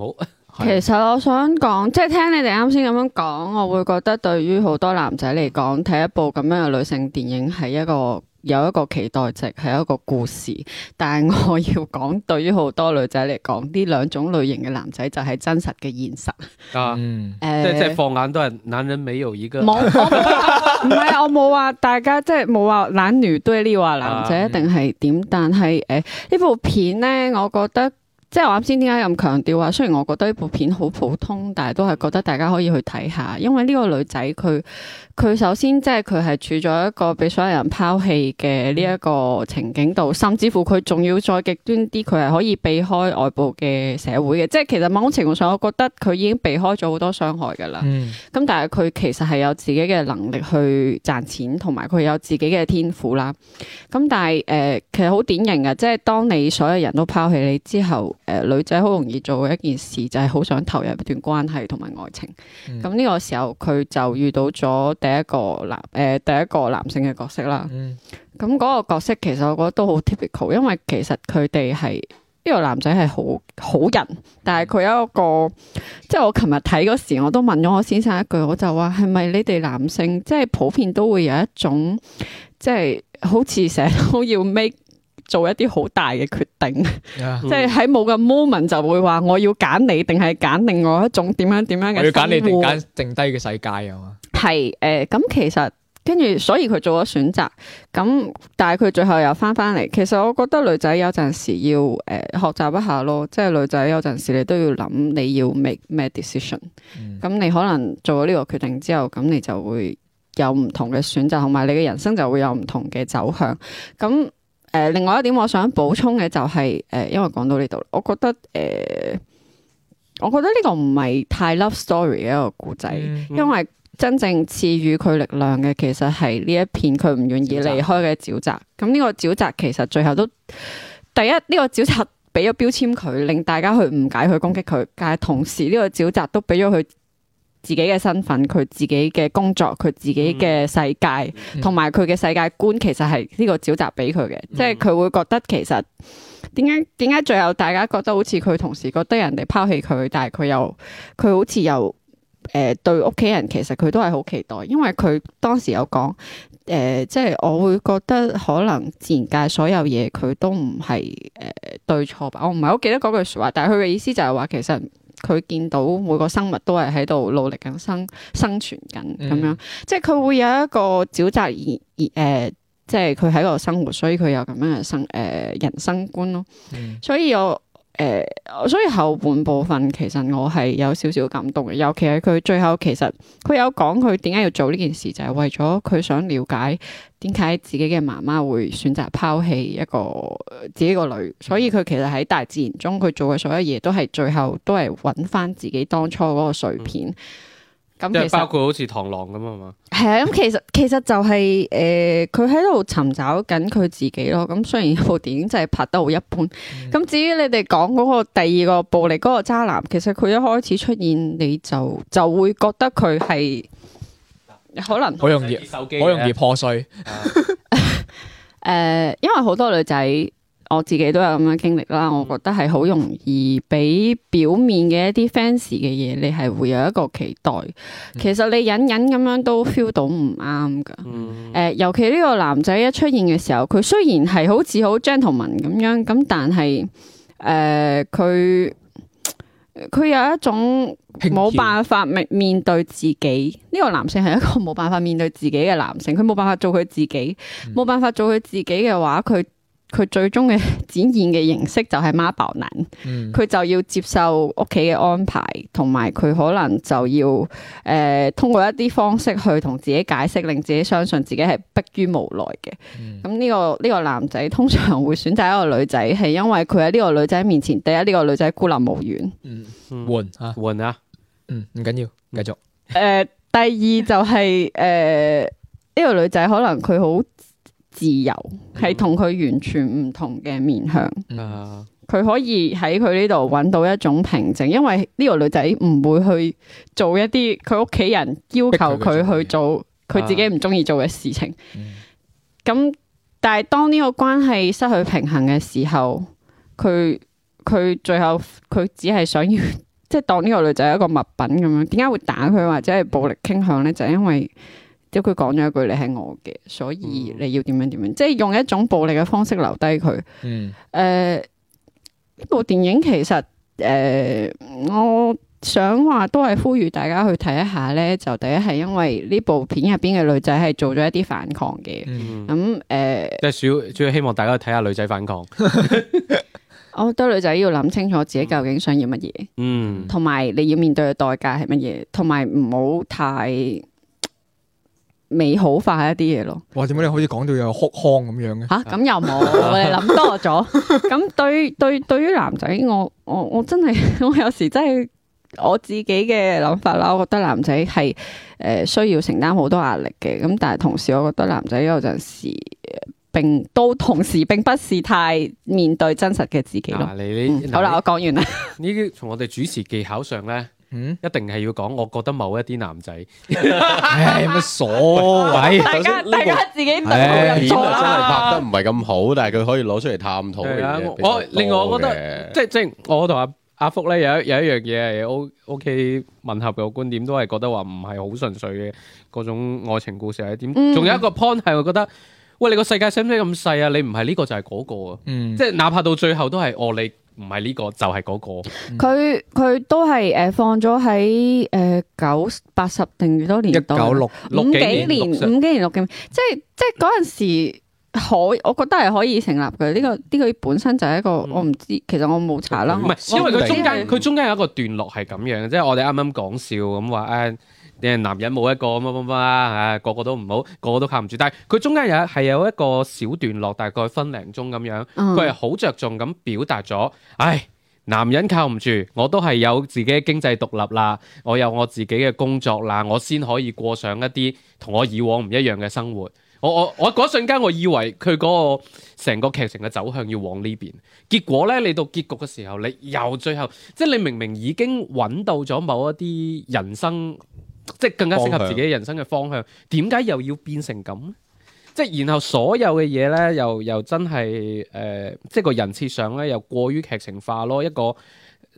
Speaker 3: 好。
Speaker 6: 其實我想講，即係聽你哋啱先咁樣講，我會覺得對於好多男仔嚟講，睇一部咁樣嘅女性電影係一個有一個期待值，係一個故事。但係我要講，對於好多女仔嚟講，呢兩種類型嘅男仔就係真實嘅現實。
Speaker 3: 啊，
Speaker 4: 嗯
Speaker 6: 誒
Speaker 3: 即係即係放眼都係男人沒有一 個。
Speaker 6: 冇，我冇唔係，我冇話大家即係冇話男女對立話男
Speaker 3: 啊
Speaker 6: 仔一定係點，但係誒呢部片咧，我覺得。即係我啱先點解咁強調話，雖然我覺得呢部片好普通，但係都係覺得大家可以去睇下，因為呢個女仔佢佢首先即係佢係處咗一個俾所有人拋棄嘅呢一個情景度，甚至乎佢仲要再極端啲，佢係可以避開外部嘅社會嘅。即係其實某種程度上，我覺得佢已經避開咗好多傷害㗎啦。
Speaker 4: 嗯
Speaker 6: 咁但係佢其實係有自己嘅能力去賺錢，同埋佢有自己嘅天賦啦。咁但係誒、呃其實好典型嘅，即係當你所有人都拋棄你之後，誒、呃女仔好容易做嘅一件事就係好想投入一段關係同埋愛情。
Speaker 4: 嗯
Speaker 6: 咁呢、個時候佢就遇到咗第一個男誒、呃第一個男性嘅角色啦。
Speaker 4: 嗯
Speaker 6: 咁嗰個角色其實我覺得都好 typical，因為其實佢哋係呢個男仔係好好人，但係佢有一個即係我琴日睇嗰時，我都問咗我先生一句，我就話係咪你哋男性即係普遍都會有一種即係好似成日都要 make 做一啲好大嘅決 定，
Speaker 4: 啊
Speaker 3: 嗯
Speaker 6: 即係喺冇個 moment 就會話我要揀你定係揀另外一種點樣點樣嘅
Speaker 4: 我要揀你定
Speaker 6: 生活
Speaker 4: 揀剩低嘅世界啊嘛，
Speaker 6: 係誒，咁、其實跟住所以佢做咗選擇，咁但係佢最後又翻翻嚟。其實我覺得女仔有陣時要誒、呃、學習一下咯，即係女仔有陣時你都要諗你要 make 咩 decision。咁你可能做咗呢個決定之後，咁你就會有唔同嘅選擇，同埋你嘅人生就會有唔同嘅走向。咁誒、呃另外一點我想補充嘅就係、呃因為講到呢度，我覺得誒、呃我覺得呢個唔係太 love story 嘅一個故仔，
Speaker 4: 嗯
Speaker 6: 因為真正賜予佢力量嘅其實係呢一片佢唔願意離開嘅沼澤。咁呢個沼澤其實最後都第一呢、個沼澤俾咗標籤佢，令大家去誤解佢、攻擊佢，但係同時呢個沼澤都俾咗佢自己嘅身份、佢自己嘅工作、佢自己嘅世界，
Speaker 4: 嗯
Speaker 6: 同埋佢嘅世界觀，其實係呢個沼澤俾佢嘅，即係佢會覺得其實點解點解最後大家覺得好似佢同時覺得人哋拋棄佢，但係佢又佢好似又誒、呃、對屋企人其實佢都係好期待，因為佢當時有講誒、呃即係我會覺得可能自然界所有嘢佢都唔係誒對錯吧，我唔係好記得嗰句説話，但係佢嘅意思就係話其實。佢見到每個生物都係喺度努力緊生生存緊咁樣，
Speaker 4: 嗯
Speaker 6: 即係佢會有一個沼澤而而誒、呃即係佢喺度生活，所以佢有咁樣嘅生誒、呃人生觀咯。
Speaker 4: 嗯
Speaker 6: 所以我誒、呃所以後半部分其實我係有少少感動嘅，尤其係佢最後其實佢有講佢點解要做呢件事，就係、為咗佢想了解點解自己嘅媽媽會選擇拋棄一個呃自己個
Speaker 3: 嗯
Speaker 6: 女，所以佢其實喺大自然中佢做嘅所有嘢都係最後都係揾翻自己當初嗰個碎片。咁
Speaker 3: 嗯即
Speaker 6: 其
Speaker 3: 係包
Speaker 6: 實
Speaker 3: 括好似螳螂咁啊嘛，
Speaker 6: 係啊，咁其實其實就係、誒，佢喺度尋找緊佢自己咯。咁雖然部電影真係拍得好一般，咁、至於你哋講嗰個第二個暴力嗰個渣男，其實佢一開始出現，你就就會覺得佢係可能誒、
Speaker 4: 好容易，
Speaker 3: 手機
Speaker 4: 好容易破碎。
Speaker 3: 啊
Speaker 6: 呃因為好多女仔。我自己都有咁樣經歷啦，我覺得係好容易俾表面嘅一啲 fans 嘅嘢，你係會有一個期待。其實你隱隱咁樣都 feel 到唔啱㗎。誒、尤其呢個男仔一出現嘅時候，佢雖然係好似好 gentleman 咁樣，咁但係誒佢佢有一種冇辦法面面對自己。呢、個男性係一個冇辦法面對自己嘅男性，佢冇辦法做佢自己，冇、辦法做佢自己嘅話，佢佢最終嘅展現嘅形式就係媽寶男。
Speaker 4: 嗯
Speaker 6: 佢就要接受屋企嘅安排，同埋佢可能就要誒、呃通過一啲方式去同自己解釋，令自己相信自己係迫於無奈嘅。咁呢、個呢、個男仔通常會選擇一個女仔，係因為佢喺呢個女仔面前，第一呢、個女仔孤立無援，
Speaker 4: 嗯，換啊，
Speaker 3: 換啊，
Speaker 4: 嗯，唔緊要，繼續。
Speaker 6: 誒、呃第二就係誒呢個女仔可能佢好自由，係同佢完全唔同嘅面向。
Speaker 4: 嗯
Speaker 3: 啊
Speaker 6: 佢可以喺佢呢度揾到一種平靜，因為呢個女仔唔會去做一啲佢屋企人要求佢去做佢自己唔中意做嘅事情。
Speaker 4: 嗯
Speaker 6: 咁、但係當呢個關係失去平衡嘅時候，佢佢最後佢只係想要 即係當呢個女仔係一個物品咁樣，點解會打佢或者係暴力傾向呢？就係因為即係佢講咗一句你係我嘅，所以你要點樣點樣，即係用一種暴力嘅方式留低佢。
Speaker 4: 嗯
Speaker 6: 誒、呢部電影其實誒、我想話都係呼籲大家去睇一下咧。就第一係因為呢部片入邊嘅女仔係做咗一啲反抗嘅。
Speaker 4: 嗯
Speaker 6: 咁呃誒、
Speaker 3: 即係主要主要希望大家去睇下女仔反抗，
Speaker 6: 我覺得女仔要諗清楚自己究竟想要乜嘢，
Speaker 3: 嗯
Speaker 6: 同埋你要面對嘅代價係乜嘢，同埋唔好太美好化一啲嘢咯。
Speaker 4: 哇，點解你好似講到有哭腔咁樣嘅？
Speaker 6: 吓咁又冇，我哋諗多咗。咁對對對於男仔，我我我真係 我有時真係我自己嘅諗法啦。我覺得男仔係誒需要承擔好多壓力嘅，咁但係同時我覺得男仔有陣時呃並都同時並不是太面對真實嘅自己咯
Speaker 3: 嗱。你
Speaker 6: 嗯
Speaker 3: 你
Speaker 6: 好啦，我講完啦。
Speaker 3: 呢啲從我哋主持技巧上咧，
Speaker 4: 嗯，
Speaker 3: 一定係要講，我覺得某一啲男仔
Speaker 4: 唉，有乜所謂？
Speaker 6: 大家
Speaker 5: 首先呢
Speaker 6: 大
Speaker 5: 部
Speaker 6: 家自己都
Speaker 3: 啊
Speaker 4: 唉
Speaker 5: 啊片真係
Speaker 6: 錯啦
Speaker 5: 拍得唔係咁好，但係佢可以攞出嚟探討嘅
Speaker 3: 係啊
Speaker 5: 嘢比較多
Speaker 3: 我
Speaker 5: 嘅。
Speaker 3: 另外我覺得即係即係我同阿阿福咧有一有一樣嘢係 O O K 吻合嘅我觀點，都係覺得話唔係好純粹嘅嗰種愛情故事係點。
Speaker 6: 嗯
Speaker 3: 仲有一個 point 係我覺得，喂你個世界使唔使咁細啊？你唔係呢個就係嗰個啊！
Speaker 4: 嗯
Speaker 3: 即係哪怕到最後都係哦，你唔係呢個就係嗰個。
Speaker 6: 佢佢都係誒、呃放咗喺誒誒九八十定幾多年代？
Speaker 4: 1960
Speaker 3: 六
Speaker 6: 五
Speaker 3: 幾
Speaker 6: 幾
Speaker 3: 年
Speaker 6: 年，
Speaker 3: 六十
Speaker 6: 五幾年六幾年，即係即係嗰陣時可，我覺得係可以成立嘅。呢、個呢、個本身就係一個
Speaker 3: 嗯
Speaker 6: 我唔知，其實我冇查啦。
Speaker 3: 唔係，
Speaker 6: 我
Speaker 3: 因為佢
Speaker 6: 我唔知
Speaker 3: 中間
Speaker 6: 係
Speaker 3: 佢中間有一個段落係咁樣，即係我哋啱啱講笑咁話誒，誒男人冇一個乜乜乜啊，個個都唔好，個個都靠唔住。但係佢中間有係有一個小段落，大概分零鐘咁樣，
Speaker 6: 嗯
Speaker 3: 佢係好着重咁表達咗，唉。男人靠唔住，我都係有自己嘅經濟獨立啦，我有我自己嘅工作啦，我先可以過上一啲同我以往唔一樣嘅生活。我我我嗰瞬間，我以為佢嗰個成個劇情嘅走向要往呢邊，結果咧，你到結局嘅時候，你又最後，即係你明明已經揾到咗某一啲人生，即係更加適合自己人生嘅方向，點解又要變成咁咧？即係然後所有嘅嘢咧，又又真係誒、呃即係個人設上咧，又過於劇情化咯。一個誒、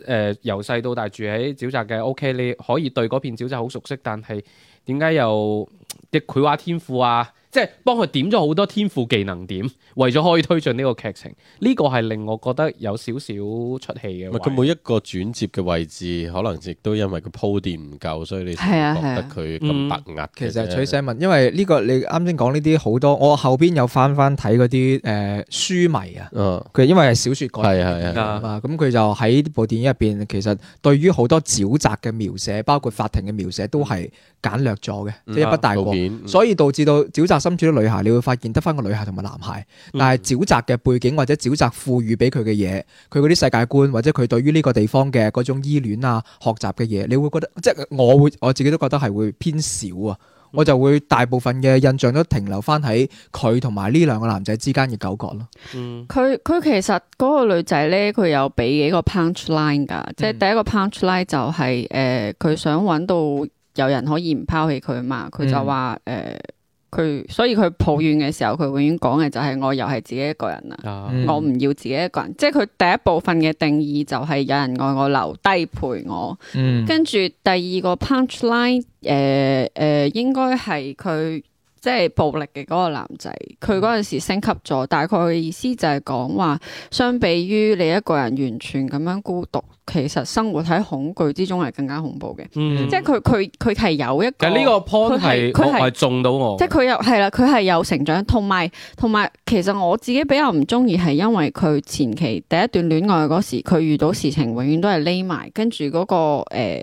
Speaker 3: 呃由細到大住喺沼澤嘅，OK，你可以對嗰片沼澤好熟悉，但係點解又啲繪畫天賦啊？即係幫佢點咗好多天賦技能點，為咗可以推進呢個劇情，呢、個係令我覺得有少少出戲嘅
Speaker 5: 唔係佢
Speaker 3: 位。
Speaker 5: 每一個轉接嘅位置，可能亦都因為佢鋪墊唔夠，所以你先
Speaker 6: 係啊
Speaker 5: 覺
Speaker 6: 係
Speaker 5: 得
Speaker 6: 啊
Speaker 5: 佢咁突兀嘅啫。
Speaker 4: 嗯其實取捨文，因為呢個你啱先講呢啲好多，我後邊有翻翻睇嗰啲誒書迷啊，
Speaker 5: 嗯，
Speaker 4: 佢因為係小說改
Speaker 5: 係係係，
Speaker 3: 啊
Speaker 4: 啊，咁佢就喺部電影入邊，其實對於好多沼澤嘅描寫，包括法庭嘅描寫，都係簡略咗嘅，即係一筆帶
Speaker 5: 導
Speaker 4: 過。
Speaker 5: 片
Speaker 4: 所以導致到沼澤深處啲女孩，你會發現得翻個女孩同埋男孩，但係沼澤嘅背景或者沼澤賦予俾佢嘅嘢，佢嗰啲世界觀或者佢對於呢個地方嘅嗰種依戀啊、學習嘅嘢，你會覺得即係我會我自己都覺得係會偏少啊。我就會大部分嘅印象都停留翻喺佢同埋呢兩個男仔之間嘅糾葛咯。
Speaker 3: 嗯
Speaker 6: 佢佢其實嗰個女仔咧，佢有俾幾個 punch line 㗎，即係第一個 punch line 就係、誒，呃佢、想揾到有人可以唔拋棄佢嘛，佢就話誒，佢、所以佢抱怨嘅時候，佢永遠講嘅就係我又係自己一個人啦。
Speaker 3: 啊
Speaker 4: 嗯
Speaker 6: 我唔要自己一個人，即係佢第一部分嘅定義就係有人愛我留低陪我，
Speaker 4: 嗯
Speaker 6: 跟住第二個 punch line，誒、呃、誒、呃，應該係佢即係暴力嘅嗰個男仔，佢嗰陣時升級咗，大概嘅意思就係講話，相比於你一個人完全咁樣孤獨，其實生活喺恐懼之中係更加恐怖嘅，
Speaker 3: 嗯
Speaker 6: 即係佢佢佢係有一個
Speaker 3: 其實呢個 point 係
Speaker 6: 佢係佢係
Speaker 3: 我我係中到我，
Speaker 6: 即係佢有係啦，佢係有成長，同埋同埋，其實我自己比較唔中意係因為佢前期第一段戀愛嗰時，佢遇到事情永遠都係匿埋，跟住嗰個呃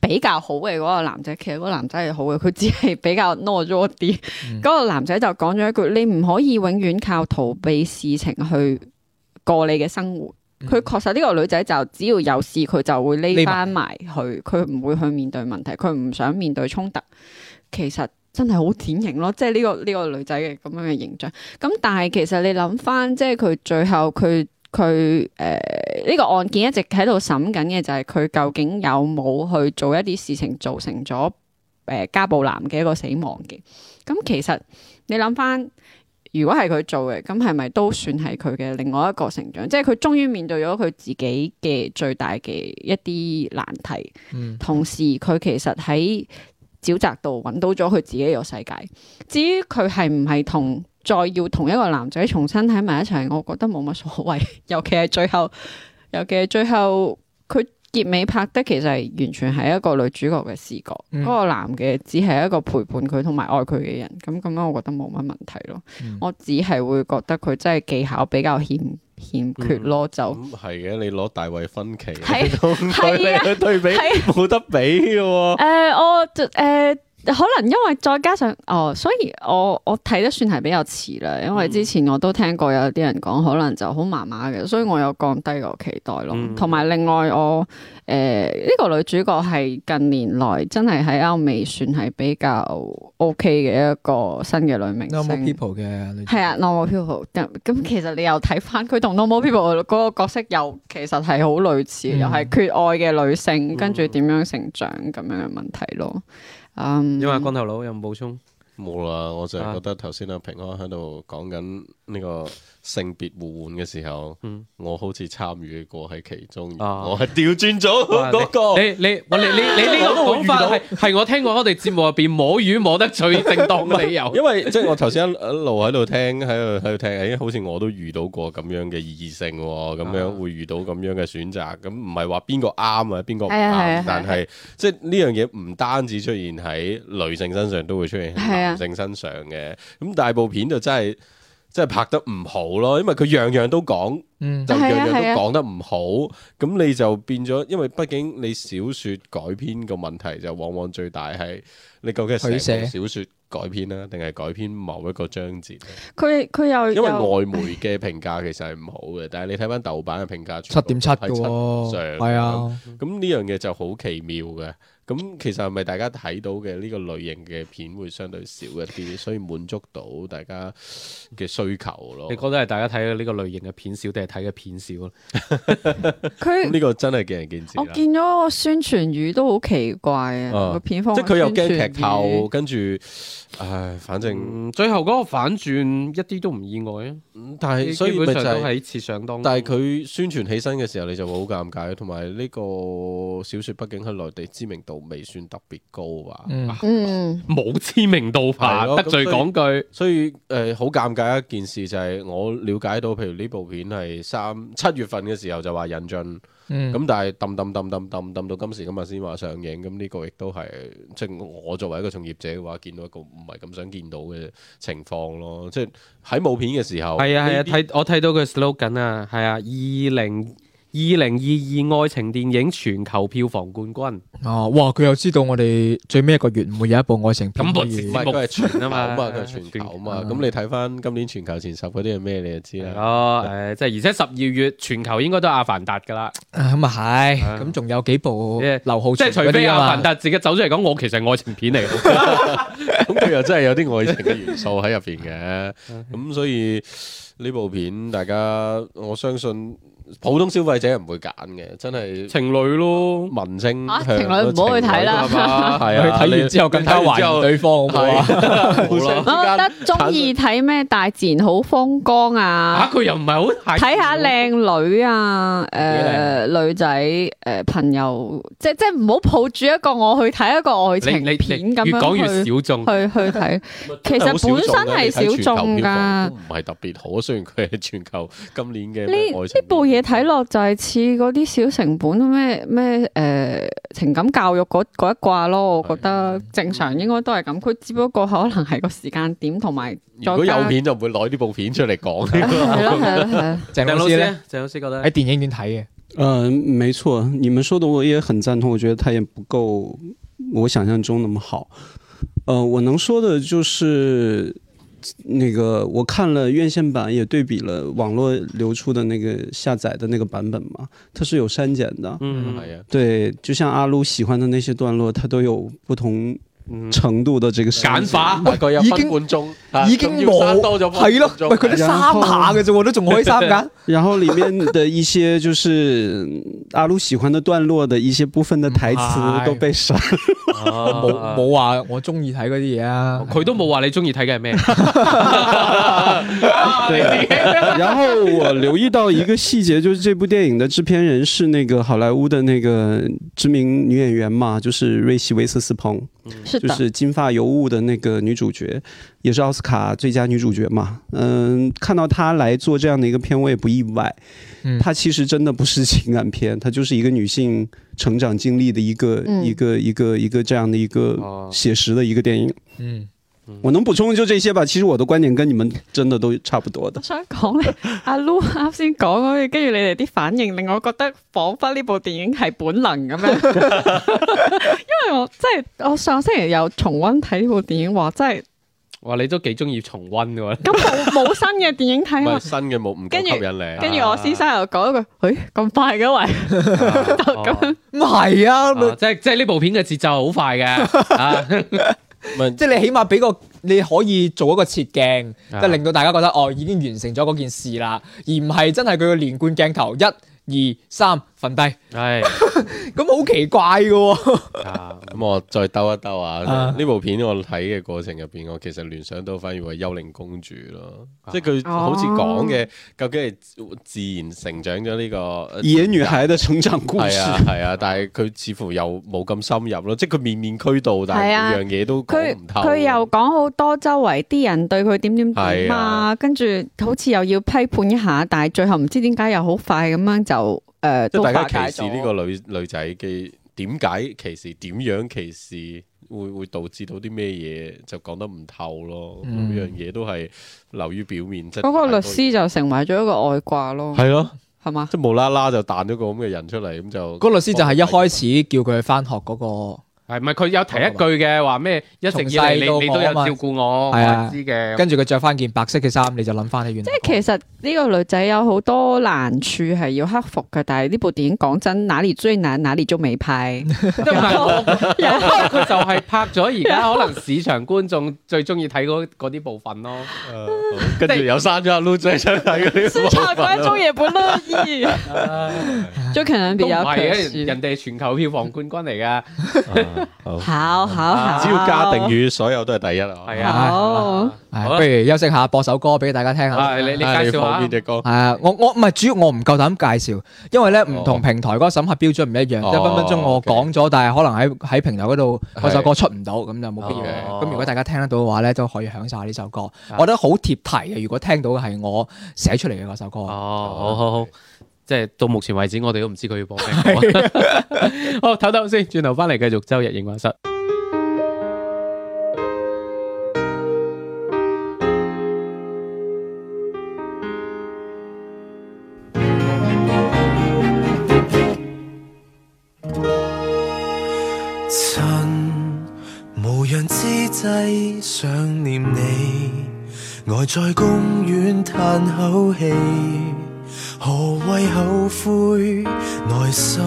Speaker 6: 比較好嘅嗰個男仔，其實嗰個男仔係好嘅，佢只係比較懦弱啲。嗰、
Speaker 4: 嗯
Speaker 6: 個男仔就講咗一句：你唔可以永遠靠逃避事情去過你嘅生活。佢
Speaker 4: 嗯
Speaker 6: 確實呢個女仔就只要有事佢就會匿
Speaker 4: 匿埋
Speaker 6: 翻埋去，佢唔會去面對問題，佢唔想面對衝突。其實真係好典型咯，即係呢、個呢、個女仔嘅咁樣嘅形象。咁但係其實你諗翻，即係佢最後佢佢誒呢個案件一直喺度審緊嘅就係佢究竟有冇去做一啲事情造成咗誒、呃家暴男嘅一個死亡嘅。咁其實你諗翻。如果係佢做嘅，咁係咪都算係佢嘅另外一個成長？即係佢終於面對咗佢自己嘅最大嘅一啲難題，
Speaker 4: 嗯
Speaker 6: 同時佢其實喺沼澤度揾到咗佢自己嘅世界。至於佢係唔係同再要同一個男仔重新喺埋一齊，我覺得冇乜所謂。 尤其係最後，尤其係最後佢結尾拍得其實係完全係一個女主角嘅視角，嗰、
Speaker 4: 嗯
Speaker 6: 個男嘅只係一個陪伴佢同埋愛佢嘅人。咁咁樣，我覺得冇乜問題咯。
Speaker 4: 嗯
Speaker 6: 我只係會覺得佢真係技巧比較欠欠缺咯，就
Speaker 5: 咁嗯係嘅，你攞大衛分歧
Speaker 6: 係
Speaker 5: 同對
Speaker 6: 係
Speaker 5: 比去對比
Speaker 6: 係
Speaker 5: 冇得比嘅喎。
Speaker 6: 誒、我就誒、可能因為再加上哦，所以我我睇得算係比較遲啦，因為之前我都聽過有啲人講，可能就好麻麻嘅，所以我有降低個期待咯
Speaker 3: 嗯。
Speaker 6: 同埋、另外我誒呢、個女主角係近年來真係喺歐美算係比較 OK 嘅一個新嘅女明
Speaker 4: Normal
Speaker 6: 星。
Speaker 4: people 嘅女仔
Speaker 6: 係啊，normal people 咁
Speaker 5: 嗯
Speaker 6: 咁，其實你又睇翻佢同 normal people 嗰個角色又其實係好類似，
Speaker 4: 嗯
Speaker 6: 又係缺愛嘅女性，跟住點樣成長咁樣嘅問題咯。嗯，
Speaker 3: 因為光頭佬有冇補充？
Speaker 5: 冇啦，我就係
Speaker 3: 啊
Speaker 5: 覺得頭先阿平安喺度講緊呢個性別互換嘅時候，
Speaker 3: 嗯
Speaker 5: 我好似參與過喺其中，
Speaker 3: 啊
Speaker 5: 我係調轉咗
Speaker 3: 哇
Speaker 5: 嗰個。
Speaker 3: 你你我你你你呢個講法係係哦我聽過我哋節目入邊摸魚摸得最正當嘅理由。
Speaker 5: 因為即係我頭先一路喺度聽，喺度喺度聽，誒，好似我都遇到過咁樣嘅異性喎，咁
Speaker 3: 啊
Speaker 5: 樣會遇到咁樣嘅選擇，咁唔係話邊個啱啊，邊個唔
Speaker 6: 係啊係
Speaker 5: 啱
Speaker 6: 啊，
Speaker 5: 但係即係呢樣嘢唔單止出現喺女性身上，都會出現喺
Speaker 6: 係啊
Speaker 5: 男性身上嘅。咁大部片就真係真係拍得唔好咯，因為佢樣樣都講。
Speaker 4: 嗯
Speaker 5: 就樣
Speaker 6: 係啊
Speaker 5: 樣
Speaker 6: 係啊
Speaker 5: 都講得唔好，咁你就變咗，因為畢竟你小説改編個問題就往往最大係你究竟係
Speaker 4: 取捨
Speaker 5: 成部小説改編啊啦，定係改編某一個章節？啊
Speaker 6: 佢佢又
Speaker 5: 因為
Speaker 6: 又
Speaker 5: 外媒嘅評價其實係唔好嘅，但係你睇翻豆瓣嘅評價，
Speaker 4: 七點七嘅
Speaker 5: 係
Speaker 4: 喎，
Speaker 5: 上
Speaker 4: 係啊，
Speaker 5: 咁呢樣嘢就好奇妙嘅。咁其實係咪大家睇到嘅呢個類型嘅片會相對少一啲，所以滿足到大家嘅需求咯？
Speaker 3: 你覺得係大家睇嘅呢個類型嘅片少，定係睇嘅片少啊咧？
Speaker 5: 咁
Speaker 6: 佢
Speaker 5: 呢個真係見仁見智
Speaker 6: 我
Speaker 5: 啦。
Speaker 6: 見咗個宣傳語都好奇怪啊，
Speaker 5: 啊
Speaker 6: 個片方
Speaker 5: 即係佢又驚劇透，
Speaker 6: 頭，
Speaker 5: 跟住唉，反正
Speaker 3: 嗯，最後嗰個反轉一啲都唔意外啊！
Speaker 5: 但係所以
Speaker 3: 基
Speaker 5: 咪
Speaker 3: 本
Speaker 5: 就
Speaker 3: 上都
Speaker 5: 係，
Speaker 3: 係設想當中。
Speaker 5: 但係佢宣傳起身嘅時候，你就會好尷尬，同埋呢個小說畢竟喺內地知名度未算特別高啊吧，
Speaker 4: 嗯
Speaker 6: 嗯，
Speaker 3: 冇知名度吧
Speaker 5: 係？咯
Speaker 3: 得罪講句，
Speaker 5: 所以誒好、尷尬一件事就係我了解到，譬如呢部片係三七月份嘅時候就話引進，咁、
Speaker 4: 嗯
Speaker 5: 但係揼揼揼揼揼揼到今時今日先話上映，咁呢個亦都係即係我作為一個從業者嘅話，見到一個唔係咁想見到嘅情況咯，即係喺冇片嘅時候，
Speaker 3: 係啊係啊，
Speaker 5: 呢啲
Speaker 3: 睇我睇到佢 slogan 啊，係啊，二零二零二二愛情電影全球票房冠軍，
Speaker 4: 哦，哇！佢又知道我哋最尾一個月唔會有一部愛情片
Speaker 3: 咁
Speaker 4: 可
Speaker 3: 我
Speaker 4: 以
Speaker 5: 唔
Speaker 3: 直
Speaker 5: 係佢係全球
Speaker 3: 目
Speaker 5: 嘛，
Speaker 3: 前啊嘛
Speaker 5: 佢係全球嘛。
Speaker 4: 全球
Speaker 5: 咁你睇翻今年全球前十嗰啲係咩，你就知
Speaker 3: 係啊
Speaker 5: 啦。
Speaker 3: 咯，誒，即係而且十二月全球應該都係阿凡達㗎啦，
Speaker 4: 啊咁啊係，
Speaker 3: 啊
Speaker 4: 咁仲有幾部
Speaker 3: 即係
Speaker 4: 劉浩
Speaker 3: 即係
Speaker 4: 存
Speaker 3: 除
Speaker 4: 嗰
Speaker 3: 非
Speaker 4: 啲啊
Speaker 3: 阿
Speaker 4: 嘛
Speaker 3: 凡達自己走出嚟講，我其實係愛情片嚟 嘅，
Speaker 5: 咁佢又真係有啲愛情嘅元素喺入邊 嘅。咁所以呢部片，大家我相信普通消費者唔會揀嘅，真係
Speaker 3: 情侶咯。
Speaker 5: 民星
Speaker 6: 啊情侶唔好去睇啦
Speaker 5: 係
Speaker 4: 佢
Speaker 5: 啊，
Speaker 4: 睇完之後更加懷疑對方好唔好啊？
Speaker 5: 係互相之
Speaker 6: 我覺
Speaker 5: 間
Speaker 6: 得中意睇咩大自然好風光
Speaker 3: 嚇
Speaker 6: 啊，
Speaker 3: 佢又唔係好
Speaker 6: 睇下靚女啊，诶女仔诶朋友，即即唔好抱住一個我去睇一個愛情
Speaker 3: 你你
Speaker 6: 片
Speaker 3: 你
Speaker 6: 咁
Speaker 3: 越講越
Speaker 6: 樣去。
Speaker 3: 小眾。
Speaker 6: 去去睇，
Speaker 5: 啊
Speaker 6: 其實本身係小眾㗎
Speaker 5: 你睇全球票房都唔係特別好。雖然佢係全球今年嘅咩
Speaker 6: 呢
Speaker 5: 愛情
Speaker 6: 呢部嘢睇落就係似嗰啲小成本咩咩誒情感教育嗰嗰一掛咯，我覺得正常應該都係咁。佢只不過可能係個時間點 同埋
Speaker 5: 如果有片就唔會攞呢部片出嚟講。
Speaker 6: 係咯係咯係咯，
Speaker 4: 鄭
Speaker 3: 鄭
Speaker 4: 老
Speaker 3: 老
Speaker 4: 師
Speaker 3: 師
Speaker 4: 咧
Speaker 3: 咧，鄭老師覺得
Speaker 4: 喺電影院睇嘅，
Speaker 2: 嗯，没错，你们说的我也很赞同，我觉得它也不够我想象中那么好。呃，我能说的就是。那个我看了院线版，也对比了网络流出的那个下载的那个版本嘛，它是有删减的。
Speaker 3: 嗯
Speaker 5: 係啊。
Speaker 2: 对，就像阿撸喜欢的那些段落，它都有不同
Speaker 3: 嗯
Speaker 2: 程度的这个
Speaker 3: 簡
Speaker 2: 删 减。
Speaker 3: 化。
Speaker 5: 大概有
Speaker 4: 已
Speaker 5: 分
Speaker 4: 經
Speaker 5: 半鐘，啊
Speaker 4: 已經
Speaker 5: 仲要刪多咗
Speaker 4: 係咯，喂，佢
Speaker 5: 佢
Speaker 4: 得三下嘅啫喎，都仲可以三㗎。
Speaker 2: 然后里面的一些就是嗯阿撸喜欢的段落的一些部分的台词都被删。
Speaker 4: 冇冇話我中意睇嗰啲嘢啊。
Speaker 3: 啊哦佢都冇話你中意睇嘅係 咩？啊
Speaker 2: 对，然后我留意到一个细节，就是这部电影的制片人是那个好莱坞的那个知名女演员嘛，就是瑞希·维瑟斯彭，
Speaker 6: 是
Speaker 2: 就
Speaker 6: 的，
Speaker 2: 是《金发尤物》的那个女主角，也是奥斯卡最佳女主角嘛。嗯，看到她来做这样的一个片，我也不意外
Speaker 4: 嗯。
Speaker 2: 她其实真的不是情感片，她就是一个女性成长经历的一个、
Speaker 6: 嗯
Speaker 2: 一个一个一个这样的一个
Speaker 3: 哦，
Speaker 2: 写实的一个电影。
Speaker 4: 嗯，
Speaker 2: 我能补充的就这些吧。其实我的观点跟你们真的都差不多的
Speaker 6: 我。想 講咧，阿 Lu 啱先講嗰啲，跟住你哋啲反應令我覺得彷彿呢部電影係本能咁樣， 因為我即係我上星期有重温睇呢部電影，話真係
Speaker 3: 哇！你都幾中意重温嘅喎。
Speaker 6: 咁 冇冇新嘅電影
Speaker 5: 唔
Speaker 6: 睇啊
Speaker 5: 係
Speaker 6: 嘛。
Speaker 5: 新嘅冇唔
Speaker 6: 跟
Speaker 5: 夠
Speaker 6: 住
Speaker 5: 吸引你啊。
Speaker 6: 跟住我先生又講一句：，誒咁快嘅
Speaker 3: 就
Speaker 6: 喂，
Speaker 3: 咁樣
Speaker 4: 咁係啊，咪
Speaker 3: 啊即係即係呢部片嘅節奏好快嘅， 啊
Speaker 5: 唔係
Speaker 4: 即係你起碼俾個你可以做一個切鏡，即
Speaker 3: 啊
Speaker 4: 係令到大家覺得哦已經完成咗嗰件事啦，而唔係真係佢嘅連貫鏡頭一、二、三瞓低，
Speaker 3: 唉
Speaker 4: 咁好奇怪嘅喎。
Speaker 3: 啊，
Speaker 5: 咁我再兜一兜啊
Speaker 4: 啊！
Speaker 5: 呢部片我睇嘅過程入邊，我其實聯想到反而會係幽靈公主咯，即係佢
Speaker 6: 哦
Speaker 5: 好似講嘅，究竟係自然成長咗呢個呃
Speaker 2: 野女孩的成长故
Speaker 5: 係
Speaker 2: 事，
Speaker 5: 啊係啊，但係佢似乎又冇咁深入咯，即係佢面面俱到，但
Speaker 6: 係啊
Speaker 5: 係每樣嘢都講
Speaker 6: 佢
Speaker 5: 唔透。
Speaker 6: 佢又講好多周圍啲人對佢點點點
Speaker 5: 係啊
Speaker 6: 啊，跟住好似又要批判一下，但係最後唔知點解又好快咁樣就诶、呃
Speaker 5: 即
Speaker 6: 都
Speaker 5: 係
Speaker 6: 化
Speaker 5: 大
Speaker 6: 解
Speaker 5: 家歧
Speaker 6: 咗
Speaker 5: 視呢個女女仔嘅點解歧視，點樣歧視，會會導致到啲咩嘢就講得唔透咯。
Speaker 4: 嗯
Speaker 5: 每樣嘢都係流於表面，即係
Speaker 6: 嗰個
Speaker 5: 太
Speaker 6: 律
Speaker 5: 多
Speaker 6: 師就成為咗一個外掛咯，
Speaker 5: 係咯，
Speaker 6: 係嘛？
Speaker 5: 即係無啦啦就彈咗個咁嘅人出嚟，咁就
Speaker 4: 嗰個律師就係一開始叫佢翻學嗰個，
Speaker 3: 系咪佢有提一句嘅話咩？一直以嚟
Speaker 4: 從細到
Speaker 3: 你你都有
Speaker 4: 我啊嘛
Speaker 3: 照顧我，我
Speaker 4: 係啊
Speaker 3: 係知嘅。
Speaker 4: 跟住佢着翻件白色嘅衫，你就諗翻起原來哦
Speaker 6: 即係其實呢個女仔有好多難處係要克服嘅，但係呢部電影講真，哪裡追哪，哪裡就 美拍。
Speaker 3: 即係唔係我有 佢就係拍咗而家可能市場觀眾最中意睇嗰嗰啲部分咯。
Speaker 5: 呃好跟 住又刪咗阿 Lu 仔出睇嗰啲
Speaker 6: 市
Speaker 5: 部
Speaker 6: 場
Speaker 5: 分咯
Speaker 6: 觀眾也不 樂意。最可能
Speaker 3: 都
Speaker 6: 比
Speaker 3: 唔
Speaker 6: 較
Speaker 3: 係
Speaker 6: 可
Speaker 3: 嘅，
Speaker 6: 惜。
Speaker 3: 人哋係全球票房冠軍嚟㗎。
Speaker 5: 啊好
Speaker 6: 好好好，
Speaker 5: 只要加定語，所有都係第一啊！
Speaker 3: 係啊，
Speaker 6: 好，
Speaker 4: 唉
Speaker 3: 好啦
Speaker 4: 不如休息下，播首歌俾大家聽下。
Speaker 3: 啊你你介
Speaker 5: 啊你
Speaker 3: 紹
Speaker 5: 放邊
Speaker 3: 下。
Speaker 5: 只歌？
Speaker 4: 係啊，我我唔係主要，我唔夠膽介紹，因為咧唔同平台嗰個審核標準唔一樣，
Speaker 5: 哦
Speaker 4: 即係分分鐘我講咗，但係可能喺喺平台嗰度
Speaker 5: 係
Speaker 4: 嗰首歌出唔到，咁就冇必要嘅。
Speaker 3: 哦
Speaker 4: 咁如果大家聽得到嘅話咧，都可以享受下呢首歌，我覺得好貼題嘅。如果聽到嘅係我寫出嚟嘅嗰首歌，
Speaker 3: 哦，好好好，即係到目前為止，我哋都唔知佢要播咩歌。 好，唞唞先，轉頭翻嚟繼續周日影畫室。
Speaker 7: 趁無人之際想念你，呆在公園嘆口氣。何謂後悔？內心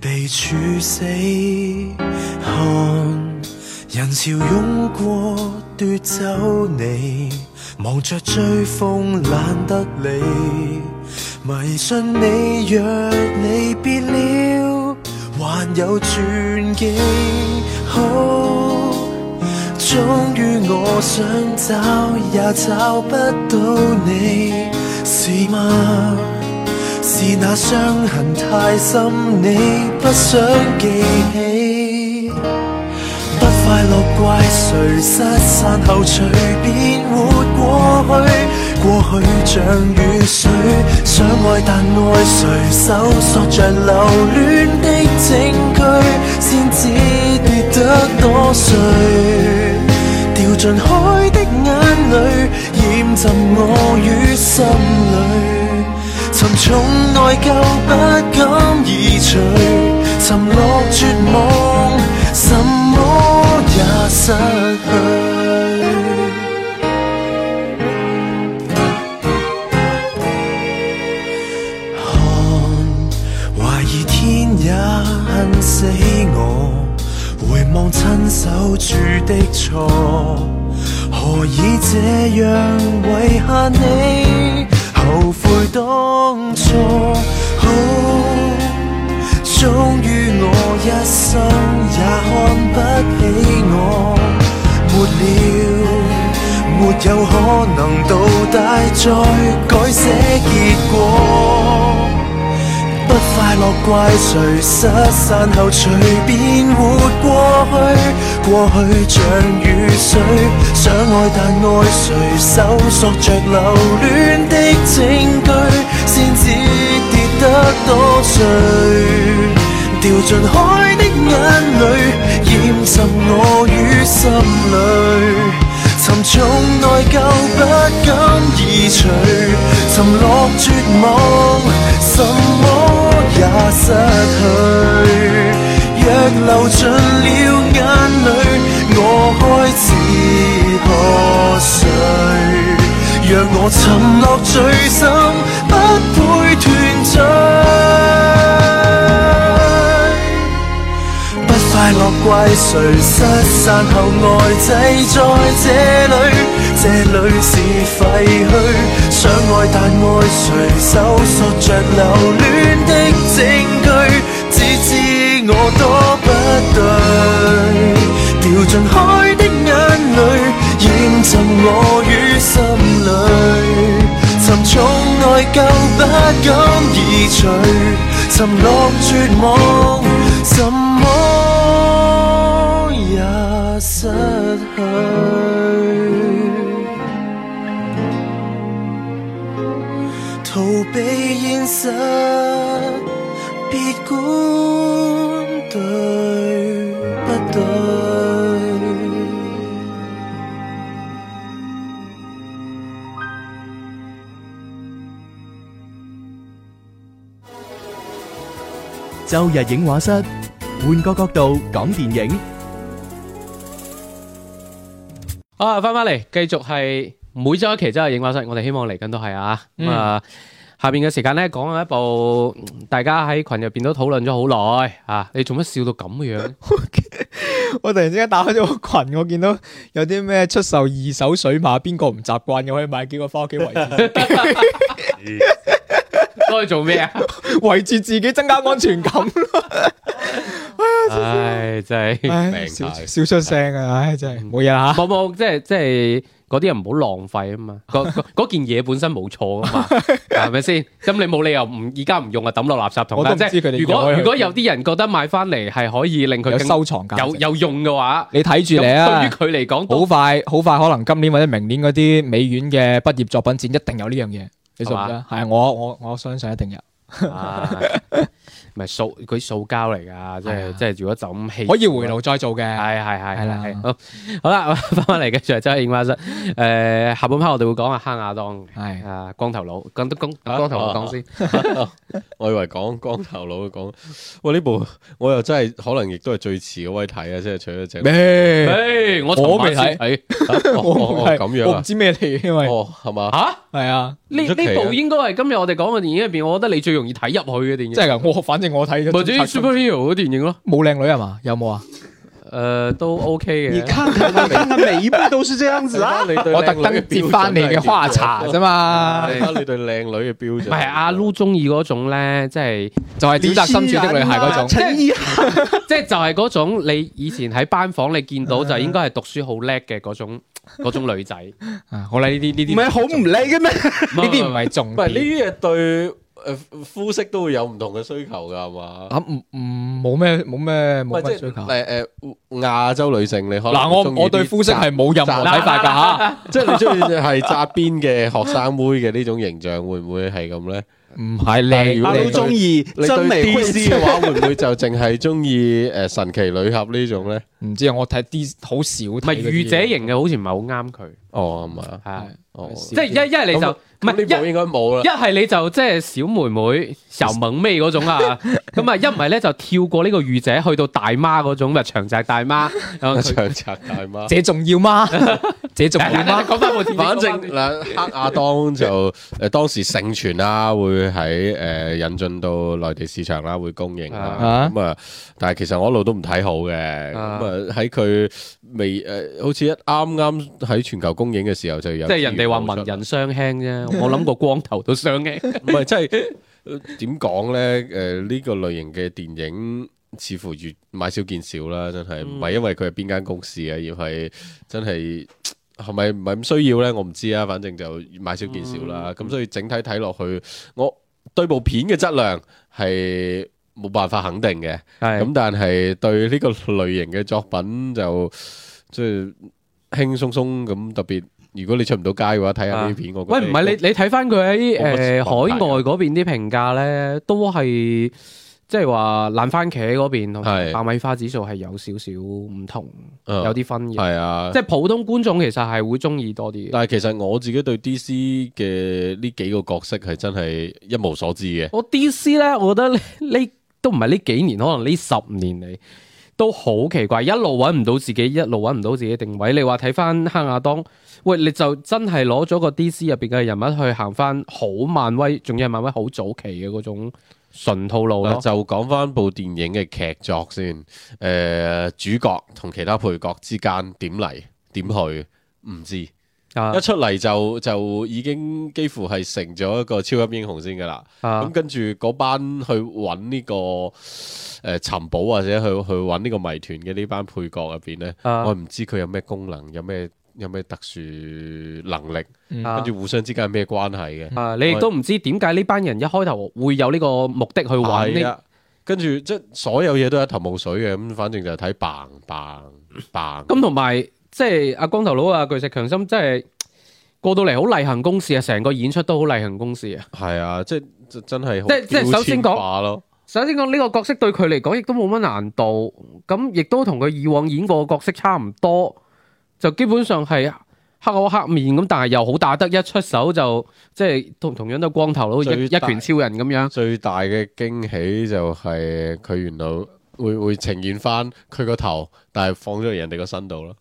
Speaker 7: 被處死。看人潮湧過，奪走你，忙着追風懶得理，迷信你若你變了，還有轉機。好。終於我想找也找不到你，是嗎？是那傷痕太深，你不想記起。不快樂怪誰？失散後隨便活過去，過去像雨水，想愛但愛誰？搜索着留戀的證據，先知跌得多碎。掉進海的眼淚，淹浸我於心裏。沉重內疚不敢移除，沉落絕望，什麼也失去。看，懷疑天也恨死我。回望親手鑄的錯，何以這樣遺下你？後悔當初，好，終於我一生也看不起我，沒了。沒有可能倒帶再改寫結果。不快樂怪誰？失散後隨便活過去，過去像雨水，想愛但愛誰？搜索着留戀的證據，先至跌得多碎。掉進海的眼淚，淹浸我於心裏。沉重內疚不敢移除，沉落絕望，什麼也失去。若流盡了眼淚，我開始破碎。讓我沉落最深，不會斷追。不快樂怪誰？失散後呆滯在這裏，這裏是廢墟，想愛但愛誰搜索着留戀的證據，只知我多不對，掉進開的眼淚，淹浸我於心裏，沉重內疚不敢移除，沉落絕望，什麼也失去。逃避現實，別管對不對。
Speaker 8: 周日影画室，換個角度講電影。
Speaker 3: 好啊，翻翻嚟，繼續係每周一期真係影畫室，我哋希望嚟緊都係啊。咁啊、下邊嘅時間咧講緊一部嗯大家喺群入邊都討論咗好耐啊。你做乜笑到咁嘅樣？
Speaker 4: 我突然之間打開咗個群，我見到有啲咩出售二手水馬，邊個唔習慣嘅可以買幾個翻屋企圍 住，
Speaker 3: 攞去做咩啊？
Speaker 4: 圍住自己增加安全感。
Speaker 3: 唉，真係〜
Speaker 4: 唉，
Speaker 5: 病
Speaker 4: 笑
Speaker 5: 態
Speaker 4: 笑出聲啊！唉，真係冇嘢 啦吓。
Speaker 3: 冇冇，即係即係嗰啲人唔好浪費啊嘛。嗰嗰嗰件嘢本身冇錯 啊嘛，係咪先？咁你冇理由唔而家唔用啊，抌落垃圾桶
Speaker 4: 我
Speaker 3: 啦。
Speaker 4: 都唔
Speaker 3: 即
Speaker 4: 知佢哋
Speaker 3: 係如果
Speaker 4: 有
Speaker 3: 如果有啲人覺得買翻嚟係可以令佢
Speaker 4: 有
Speaker 3: 更
Speaker 4: 收藏價
Speaker 3: 嗯有
Speaker 4: 值，
Speaker 3: 有用嘅話，
Speaker 4: 你睇
Speaker 3: 咁
Speaker 4: 住你啊！
Speaker 3: 對於佢嚟講
Speaker 4: 好
Speaker 3: 都
Speaker 4: 快好快，可能今年或者明年嗰啲美院嘅畢業作品展一定有呢樣嘢，你信唔
Speaker 3: 係
Speaker 4: 信
Speaker 3: 嘛？
Speaker 4: 係啊我我我相信一定有，
Speaker 3: 啊唔係塑嗰啲塑膠嚟㗎，即
Speaker 4: 係啊
Speaker 3: 係即係如果就咁棄
Speaker 4: 可以回。爐再做嘅。
Speaker 3: 係係係
Speaker 4: 係
Speaker 3: 係
Speaker 4: 啦
Speaker 3: 啦，係好好啦， 翻返嚟嘅就係真係影畫室。誒，下半 part 我哋會講下黑亞當
Speaker 4: 係
Speaker 3: 啊光頭佬，講都講光頭佬講先。
Speaker 5: 我以為講光頭佬講，喂呢部我又真係可能亦都係最遲嗰位睇啊，即係除咗啊只
Speaker 4: 咩？
Speaker 3: 誒，我
Speaker 4: 我
Speaker 3: 尋晚
Speaker 4: 未睇
Speaker 3: 先睇。
Speaker 5: 我
Speaker 4: 我
Speaker 5: 咁
Speaker 3: 哦
Speaker 5: 樣
Speaker 4: 我唔
Speaker 5: 啊，
Speaker 4: 知咩嚟嘅，因為
Speaker 5: 哦係 嘛，
Speaker 3: 吓？
Speaker 4: 係啊，
Speaker 3: 呢
Speaker 5: 唔出奇啊
Speaker 3: 呢部應該係今日我哋講嘅電影入邊，我覺得你最容易睇入去嘅電影，
Speaker 4: 即係㗎我反正我睇咗
Speaker 3: 或者
Speaker 4: 警察局
Speaker 3: superhero 嘅電影咯。
Speaker 4: 冇靚女係嘛？有冇啊？
Speaker 3: 誒，都 OK
Speaker 2: 你
Speaker 3: 嘅。
Speaker 2: 看看，你看看，每一部都是这样
Speaker 5: 哎
Speaker 2: 子啊！
Speaker 4: 我特登接翻你嘅花茶啫嘛，
Speaker 5: 睇翻你對靚女嘅標準。
Speaker 3: 唔係阿 Lu 中意嗰種咧，即係
Speaker 4: 就係沼澤深處的女孩嗰種。
Speaker 2: 陳意涵
Speaker 3: 即係就係嗰種你以前喺班房你見到就應該係讀書好叻嘅嗰種嗰種女仔。呢
Speaker 4: 啊好啦，呢啲呢
Speaker 2: 唔
Speaker 4: 啲
Speaker 2: 係好唔理嘅咩？
Speaker 4: 呢啲唔係重
Speaker 5: 唔係呢
Speaker 4: 點。
Speaker 5: 啲嘢對誒膚色都會有唔同嘅需求㗎係嘛？
Speaker 4: 啊唔唔冇咩冇咩
Speaker 5: 唔係
Speaker 4: 冇
Speaker 5: 即
Speaker 4: 咩
Speaker 5: 係
Speaker 4: 追求。
Speaker 5: 誒誒亞洲女性你可能
Speaker 4: 嗱，我
Speaker 5: 中意
Speaker 4: 我對
Speaker 5: 啲
Speaker 4: 膚色係冇任何
Speaker 5: 宅
Speaker 4: 睇法 㗎吓，
Speaker 5: 即係你中意係紮邊嘅學生妹嘅呢種形象，會唔會係咁咧？
Speaker 4: 唔係靚
Speaker 5: 如
Speaker 2: 阿
Speaker 5: 果
Speaker 2: 都
Speaker 5: 你
Speaker 2: 中意
Speaker 5: 你
Speaker 2: 真
Speaker 5: 對
Speaker 2: 美
Speaker 5: D
Speaker 2: 會
Speaker 5: C 嘅話，會唔會就淨係中意誒神奇女俠呢種咧？
Speaker 4: 唔知啊，我睇啲好少睇嗰
Speaker 3: 唔
Speaker 4: 啲
Speaker 3: 係
Speaker 4: 嘢。
Speaker 3: 御姐型嘅，好似唔係好啱佢。
Speaker 5: 哦，係嘛？
Speaker 3: 係啊，
Speaker 5: 哦，
Speaker 3: 即係一一係你就唔
Speaker 5: 咁呢
Speaker 3: 係
Speaker 5: 部
Speaker 3: 一
Speaker 5: 應該 冇
Speaker 3: 一
Speaker 5: 啦。
Speaker 3: 係你就即係小妹妹、小萌妹嗰種 啊，咁啊一唔係咧就跳過呢個御姐去到大媽嗰種，咪長澤大 媽。然後佢
Speaker 5: 長澤大媽，
Speaker 4: 這仲要 嗎？這仲要 嗎？
Speaker 3: 講翻部電影
Speaker 5: 反正
Speaker 3: 講返
Speaker 5: 嗱，黑亞當就誒當時盛傳啦，會喺誒引進到內地市場啦，會供應啦
Speaker 4: 啊。
Speaker 5: 咁啊，但係其實我一路都唔睇好嘅。咁
Speaker 3: 啊
Speaker 5: 啊，喺佢未誒，好似一啱啱喺全球供應嘅時候就有資源
Speaker 3: 即係
Speaker 5: 播
Speaker 3: 人哋
Speaker 5: 出啦。
Speaker 3: 話文人相輕啫，我諗過光頭都相輕。
Speaker 5: 唔係，即係呃點講咧？誒、呢、個類型嘅電影似乎越買少見少啦，
Speaker 3: 嗯
Speaker 5: 真係唔係因為佢係邊間公司啊，而係真係係咪唔係咁需要咧？我唔知啊，反正就買少見少
Speaker 3: 嗯
Speaker 5: 啦。咁、所以整體睇落去，我對部片嘅質量係冇辦法肯定嘅。
Speaker 3: 係
Speaker 5: 咁但 係對呢個類型嘅作品就即係輕鬆鬆咁，特別如果你出唔到街嘅話，睇下呢啲片，我覺
Speaker 3: 啊喂，
Speaker 5: 得
Speaker 3: 唔係你你睇翻佢喺誒
Speaker 5: 冇乜問題
Speaker 3: 海
Speaker 5: 啊
Speaker 3: 外嗰邊啲評價咧，都係即係話爛番茄嗰邊同
Speaker 5: 係
Speaker 3: 爆米花指數係有少少唔同，
Speaker 5: 嗯
Speaker 3: 有啲分嘅。
Speaker 5: 係啊，
Speaker 3: 即係普通觀眾其實係會中意多啲嘅。
Speaker 5: 但係其實我自己對 DC 嘅呢幾個角色係真係一無所知嘅。
Speaker 3: 我 DC 咧，我覺得呢呢都唔係呢幾年，可能呢十年嚟都好奇怪，一路揾唔到自己，一路揾唔到自己定位。你話睇翻黑亞當，喂，你就真係攞咗個 DC 入邊嘅人物去行翻好漫威，仲要係漫威好早期嘅嗰種純套路
Speaker 5: 嗱
Speaker 3: 咯。
Speaker 5: 就講翻部電影嘅劇作先，誒、主角同其他配角之間點嚟點去唔知，
Speaker 3: 啊
Speaker 5: 一出嚟就就已經幾乎係成咗一個超級英雄先噶啦。咁
Speaker 3: 啊
Speaker 5: 跟住嗰班去揾呢、個誒、呃、尋寶或者去去揾呢個謎團嘅呢班配角入邊咧，
Speaker 3: 啊
Speaker 5: 我唔知佢有咩功能，有咩有咩特殊能力，
Speaker 3: 啊
Speaker 5: 跟住互相之間有咩關係嘅。
Speaker 3: 啊！你亦都唔知點解呢班人一開頭會有呢個目的去揾
Speaker 5: 係
Speaker 3: 呢？
Speaker 5: 啊，跟住即係所有嘢都一頭霧水嘅，咁反正就睇 bang bang bang。
Speaker 3: 咁同埋即係阿光頭佬啊，巨石強森，即係過到嚟好例行公事啊！成個演出都好例行公事啊！
Speaker 5: 係啊，即係即真係好
Speaker 3: 即係即係首先講
Speaker 5: 標籤化咯，
Speaker 3: 首先講呢個角色對佢嚟講亦都冇乜難度，咁亦都同佢以往演過嘅角色差唔多，就基本上係黑口黑面咁，但係又好打得，一出手就即係同同樣都光頭佬一
Speaker 5: 最
Speaker 3: 一
Speaker 5: 大
Speaker 3: 拳超人咁樣。
Speaker 5: 最大嘅驚喜就係佢原來會會呈現翻佢個頭，但係放咗喺人哋個身度咯。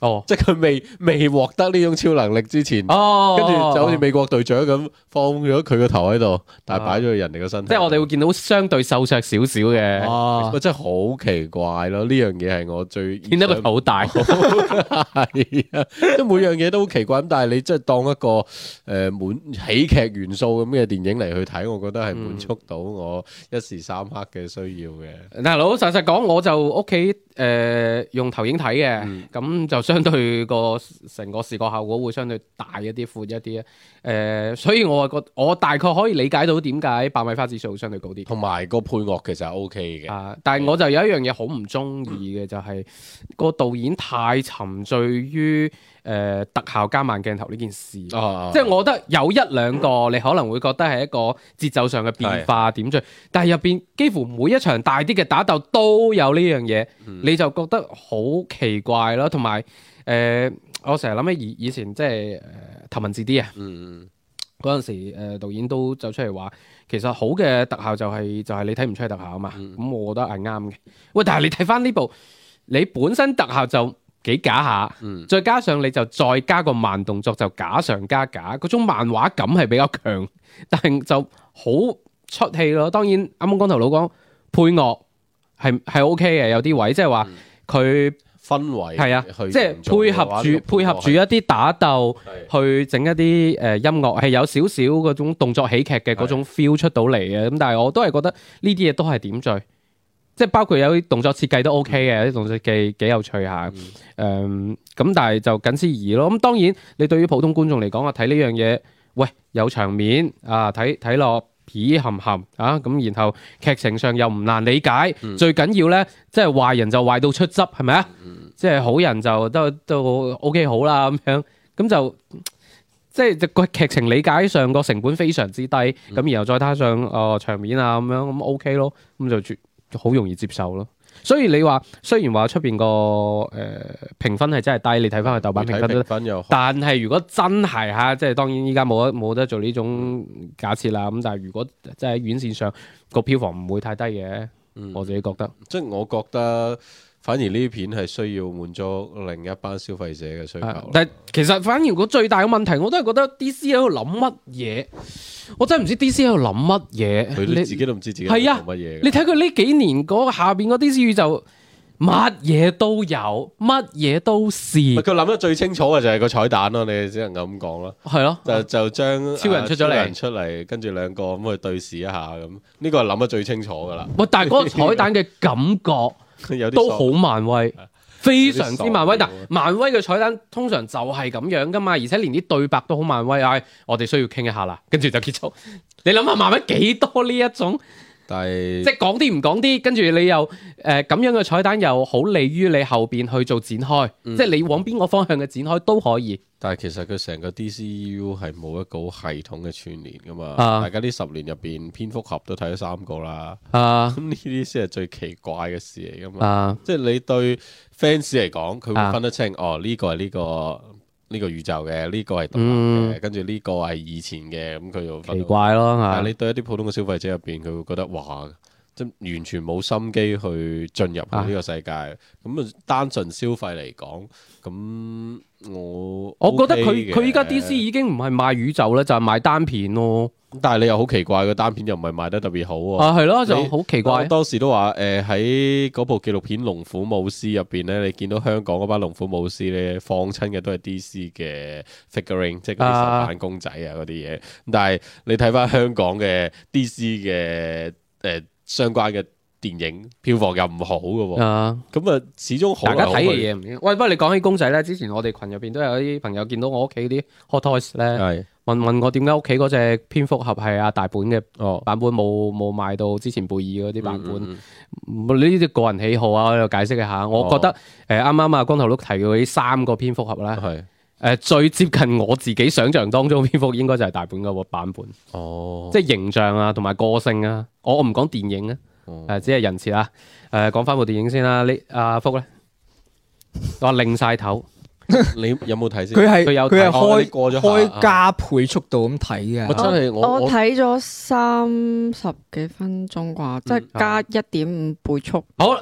Speaker 3: 哦，
Speaker 5: 即係佢未未獲得呢種超能力之前，
Speaker 3: 哦，
Speaker 5: 跟住就好似美國隊長咁放咗佢個頭喺度，但係
Speaker 3: 啊
Speaker 5: 擺咗喺人哋個身。
Speaker 3: 即係我哋會見到相對瘦削少少嘅，
Speaker 5: 哇，真係好奇怪咯！呢樣嘢係我最
Speaker 3: 見得個肚
Speaker 5: 哦
Speaker 3: 大。
Speaker 5: 係啊，即係每樣嘢都好奇怪咁，但係你即係當一個诶满、喜劇元素咁嘅電影嚟去睇，我覺得係滿足到我一時三刻嘅需要嘅。
Speaker 3: 嗱，老老實實講，我就屋企誒用投影睇嘅，咁、就相對個成個視覺效果會相對大一啲、闊一啲啊。誒、所以我覺我大概可以理解到點解爆米花指數相對高啲。
Speaker 5: 同埋個配樂其實係 O K 嘅，
Speaker 3: 啊！但係我就有一樣嘢好唔中意嘅，就係、個導演太沉醉於誒、呃特效加慢鏡頭呢件事。
Speaker 5: 啊，
Speaker 3: 即係我覺得有一兩個你可能會覺得係一個節奏上嘅變化點綴，但係入邊幾乎每一場大啲嘅打鬥都有呢樣嘢，
Speaker 5: 嗯
Speaker 3: 你就覺得好奇怪咯。同埋誒，我成日諗起以以前即係誒頭文字 D 啊。
Speaker 5: 嗯，
Speaker 3: 嗰陣時，誒、導演都走出嚟話，其實好嘅特效就係、就係、你睇唔出係特效啊嘛。
Speaker 5: 嗯
Speaker 3: 咁、我覺得係啱嘅。喂，但係你睇翻呢部，你本身特效就幾假下，
Speaker 5: 嗯
Speaker 3: 再加上你就再加個慢動作就假上加假，嗰種漫畫感係比較強，但係就好出戲咯。當然，啱啱光頭佬講配樂係係 OK 嘅，有啲位即係話
Speaker 5: 嗯
Speaker 3: 佢
Speaker 5: 氛圍
Speaker 3: 係啊，
Speaker 5: 去
Speaker 3: 即係
Speaker 5: 營造
Speaker 3: 配
Speaker 5: 嘅
Speaker 3: 合
Speaker 5: 話
Speaker 3: 住
Speaker 5: 呢個
Speaker 3: 配
Speaker 5: 配
Speaker 3: 合
Speaker 5: 樂
Speaker 3: 住一啲打鬥。
Speaker 5: 係
Speaker 3: 去整一啲誒、呃音樂係有少少嗰種動作喜劇嘅嗰種 feel 出到嚟嘅，咁但係我都係覺得呢啲嘢都係點綴，即係包括有啲動作設計都 OK 嘅，有啲動作設計幾有趣下，誒咁、但係就僅此而已咯。咁當然你對於普通觀眾嚟講啊，睇呢樣嘢，喂有場面啊，睇睇落。皮含含啊，咁然後劇情上又唔難理解，最緊要呢，即係壞人就壞到出汁，係咪啊？即係好人就都都 OK 好啦咁樣，咁就即係個劇情理解上個成本非常之低，咁、然後再加上誒、呃、場面啊咁樣，咁 OK 咯，咁就絕好容易接受咯。所以你話雖然話出邊個誒評分係真係低，你睇翻佢豆瓣評
Speaker 5: 媒
Speaker 3: 分
Speaker 5: 體
Speaker 3: 都
Speaker 5: 評。分又好
Speaker 3: 但係如果真係嚇，即係當然依家冇得冇得做呢種假設啦。咁但係如果即係喺院線上個票房唔會太低嘅，我自己覺得。
Speaker 5: 即係我覺得，反而呢啲片係需要滿足另一班消費者嘅需求
Speaker 3: 啊
Speaker 5: 咯。
Speaker 3: 但係其實反而如果最大嘅問題，我都係覺得 D.C 喺度諗乜嘢，我真係唔知 D.C 喺度諗乜嘢。
Speaker 5: 佢都
Speaker 3: 你
Speaker 5: 自己都唔知自己
Speaker 3: 係啊
Speaker 5: 做乜嘢
Speaker 3: 你
Speaker 5: 嘅。
Speaker 3: 睇佢呢幾年嗰個下邊嗰 D.C 宇宙，乜嘢都有，乜嘢都是，
Speaker 5: 咪
Speaker 3: 係
Speaker 5: 佢諗得最清楚嘅就係個彩蛋咯，你只能夠咁講啦。
Speaker 3: 咯。
Speaker 5: 就就將
Speaker 3: 啊超人出咗嚟
Speaker 5: 啊超人出嚟，跟住兩個咁去對視一下咁，呢個係諗得最清楚噶啦，
Speaker 3: 喂，但係嗰個彩蛋嘅感覺。
Speaker 5: 有啲
Speaker 3: 都
Speaker 5: 爽
Speaker 3: 好漫威，非常之漫威。
Speaker 5: 有啲
Speaker 3: 嗱
Speaker 5: 爽喎，
Speaker 3: 漫威嘅彩蛋通常就係咁樣噶嘛，而且連啲對白都好漫威。唉，我哋需要傾一下啦，跟住就結束。你諗下漫威幾多呢一種，
Speaker 5: 但係
Speaker 3: 即係講啲唔講啲，跟住你又誒咁、樣嘅彩蛋又好利於你後邊去做展開，
Speaker 5: 嗯
Speaker 3: 即係你往邊個方向嘅展開都可以。
Speaker 5: 但係其實佢成個 DCU 係冇一個好系統嘅串聯噶嘛，
Speaker 3: 啊
Speaker 5: 大家呢十年入邊蝙蝠俠都睇咗三個啦，
Speaker 3: 啊
Speaker 5: 咁呢啲先係最奇怪嘅事嚟噶嘛，
Speaker 3: 啊
Speaker 5: 即係你對 fans 嚟講，佢
Speaker 3: 啊
Speaker 5: 會分得清，哦呢個係呢個呢個宇宙嘅，呢個係獨
Speaker 3: 嗯
Speaker 5: 立嘅，跟住呢個係以前嘅，咁佢就分
Speaker 3: 奇
Speaker 5: 到
Speaker 3: 怪咯啊
Speaker 5: 但係
Speaker 3: 嚇
Speaker 5: 你對一啲普通嘅消費者入邊，佢會覺得哇，即係完全冇心機去進入去呢個世界。咁啊，單純消費嚟講，咁我
Speaker 3: 我覺得
Speaker 5: OK
Speaker 3: 佢
Speaker 5: 嘅
Speaker 3: 佢依家 DC 已經唔係賣宇宙啦，就係賣單片咯。
Speaker 5: 但係你又好奇怪，個單片又唔係賣得特別好喎。
Speaker 3: 啊，係咯，就
Speaker 5: 你
Speaker 3: 好奇
Speaker 5: 我
Speaker 3: 怪。
Speaker 5: 當時都話誒喺嗰部紀錄片《龍虎武師》入邊咧，你見到香港嗰班龍虎武師咧放親嘅都係 DC 嘅 figuring，即係嗰啲
Speaker 3: 啊
Speaker 5: 手辦公仔啊嗰啲嘢。咁但係你睇翻香港嘅 DC 嘅誒、呃相關嘅電影票房又唔好嘅喎，
Speaker 3: 啊！
Speaker 5: 咁啊、始終好
Speaker 3: 大家
Speaker 5: 來好啊
Speaker 3: 睇嘅
Speaker 5: 去
Speaker 3: 嘢唔一樣。喂，不過你講起公仔咧，之前我哋群入邊都有啲朋友見到我屋企啲 Hot Toys 咧，
Speaker 5: 係
Speaker 3: 問問我點解屋企嗰只蝙蝠俠係阿大本嘅
Speaker 5: 哦。
Speaker 3: 版本冇冇買到之前貝爾嗰啲版本。
Speaker 5: 嗯嗯
Speaker 3: 唔呢啲個人喜好啊，我喺度解釋一下。
Speaker 4: 哦
Speaker 3: 我覺得誒啱啱啊，光頭佬提嘅嗰啲三個蝙蝠俠
Speaker 4: 啊
Speaker 3: 啦，誒、
Speaker 5: 嗯係
Speaker 3: 最接近我自己想象當中嘅蝙蝠應該就係大本嗰個版本，
Speaker 5: 哦，
Speaker 3: 即係形象啊同埋個性啊。我我唔講電影啊，
Speaker 4: 哦
Speaker 3: 誒、只係人設啊。誒、講翻部電影先啦。你阿、福咧，我話擰晒頭。
Speaker 5: 你有冇睇先？
Speaker 4: 佢係
Speaker 3: 佢有
Speaker 4: 佢係
Speaker 3: 睇
Speaker 5: 哦你
Speaker 4: 開
Speaker 5: 過咗下
Speaker 4: 開加倍速度咁睇嘅
Speaker 5: 我。真係我
Speaker 6: 我
Speaker 5: 我
Speaker 6: 睇咗三十幾分鐘
Speaker 3: 嗯
Speaker 6: 啩，即係
Speaker 3: 啊
Speaker 6: 加一點五倍速
Speaker 3: 好，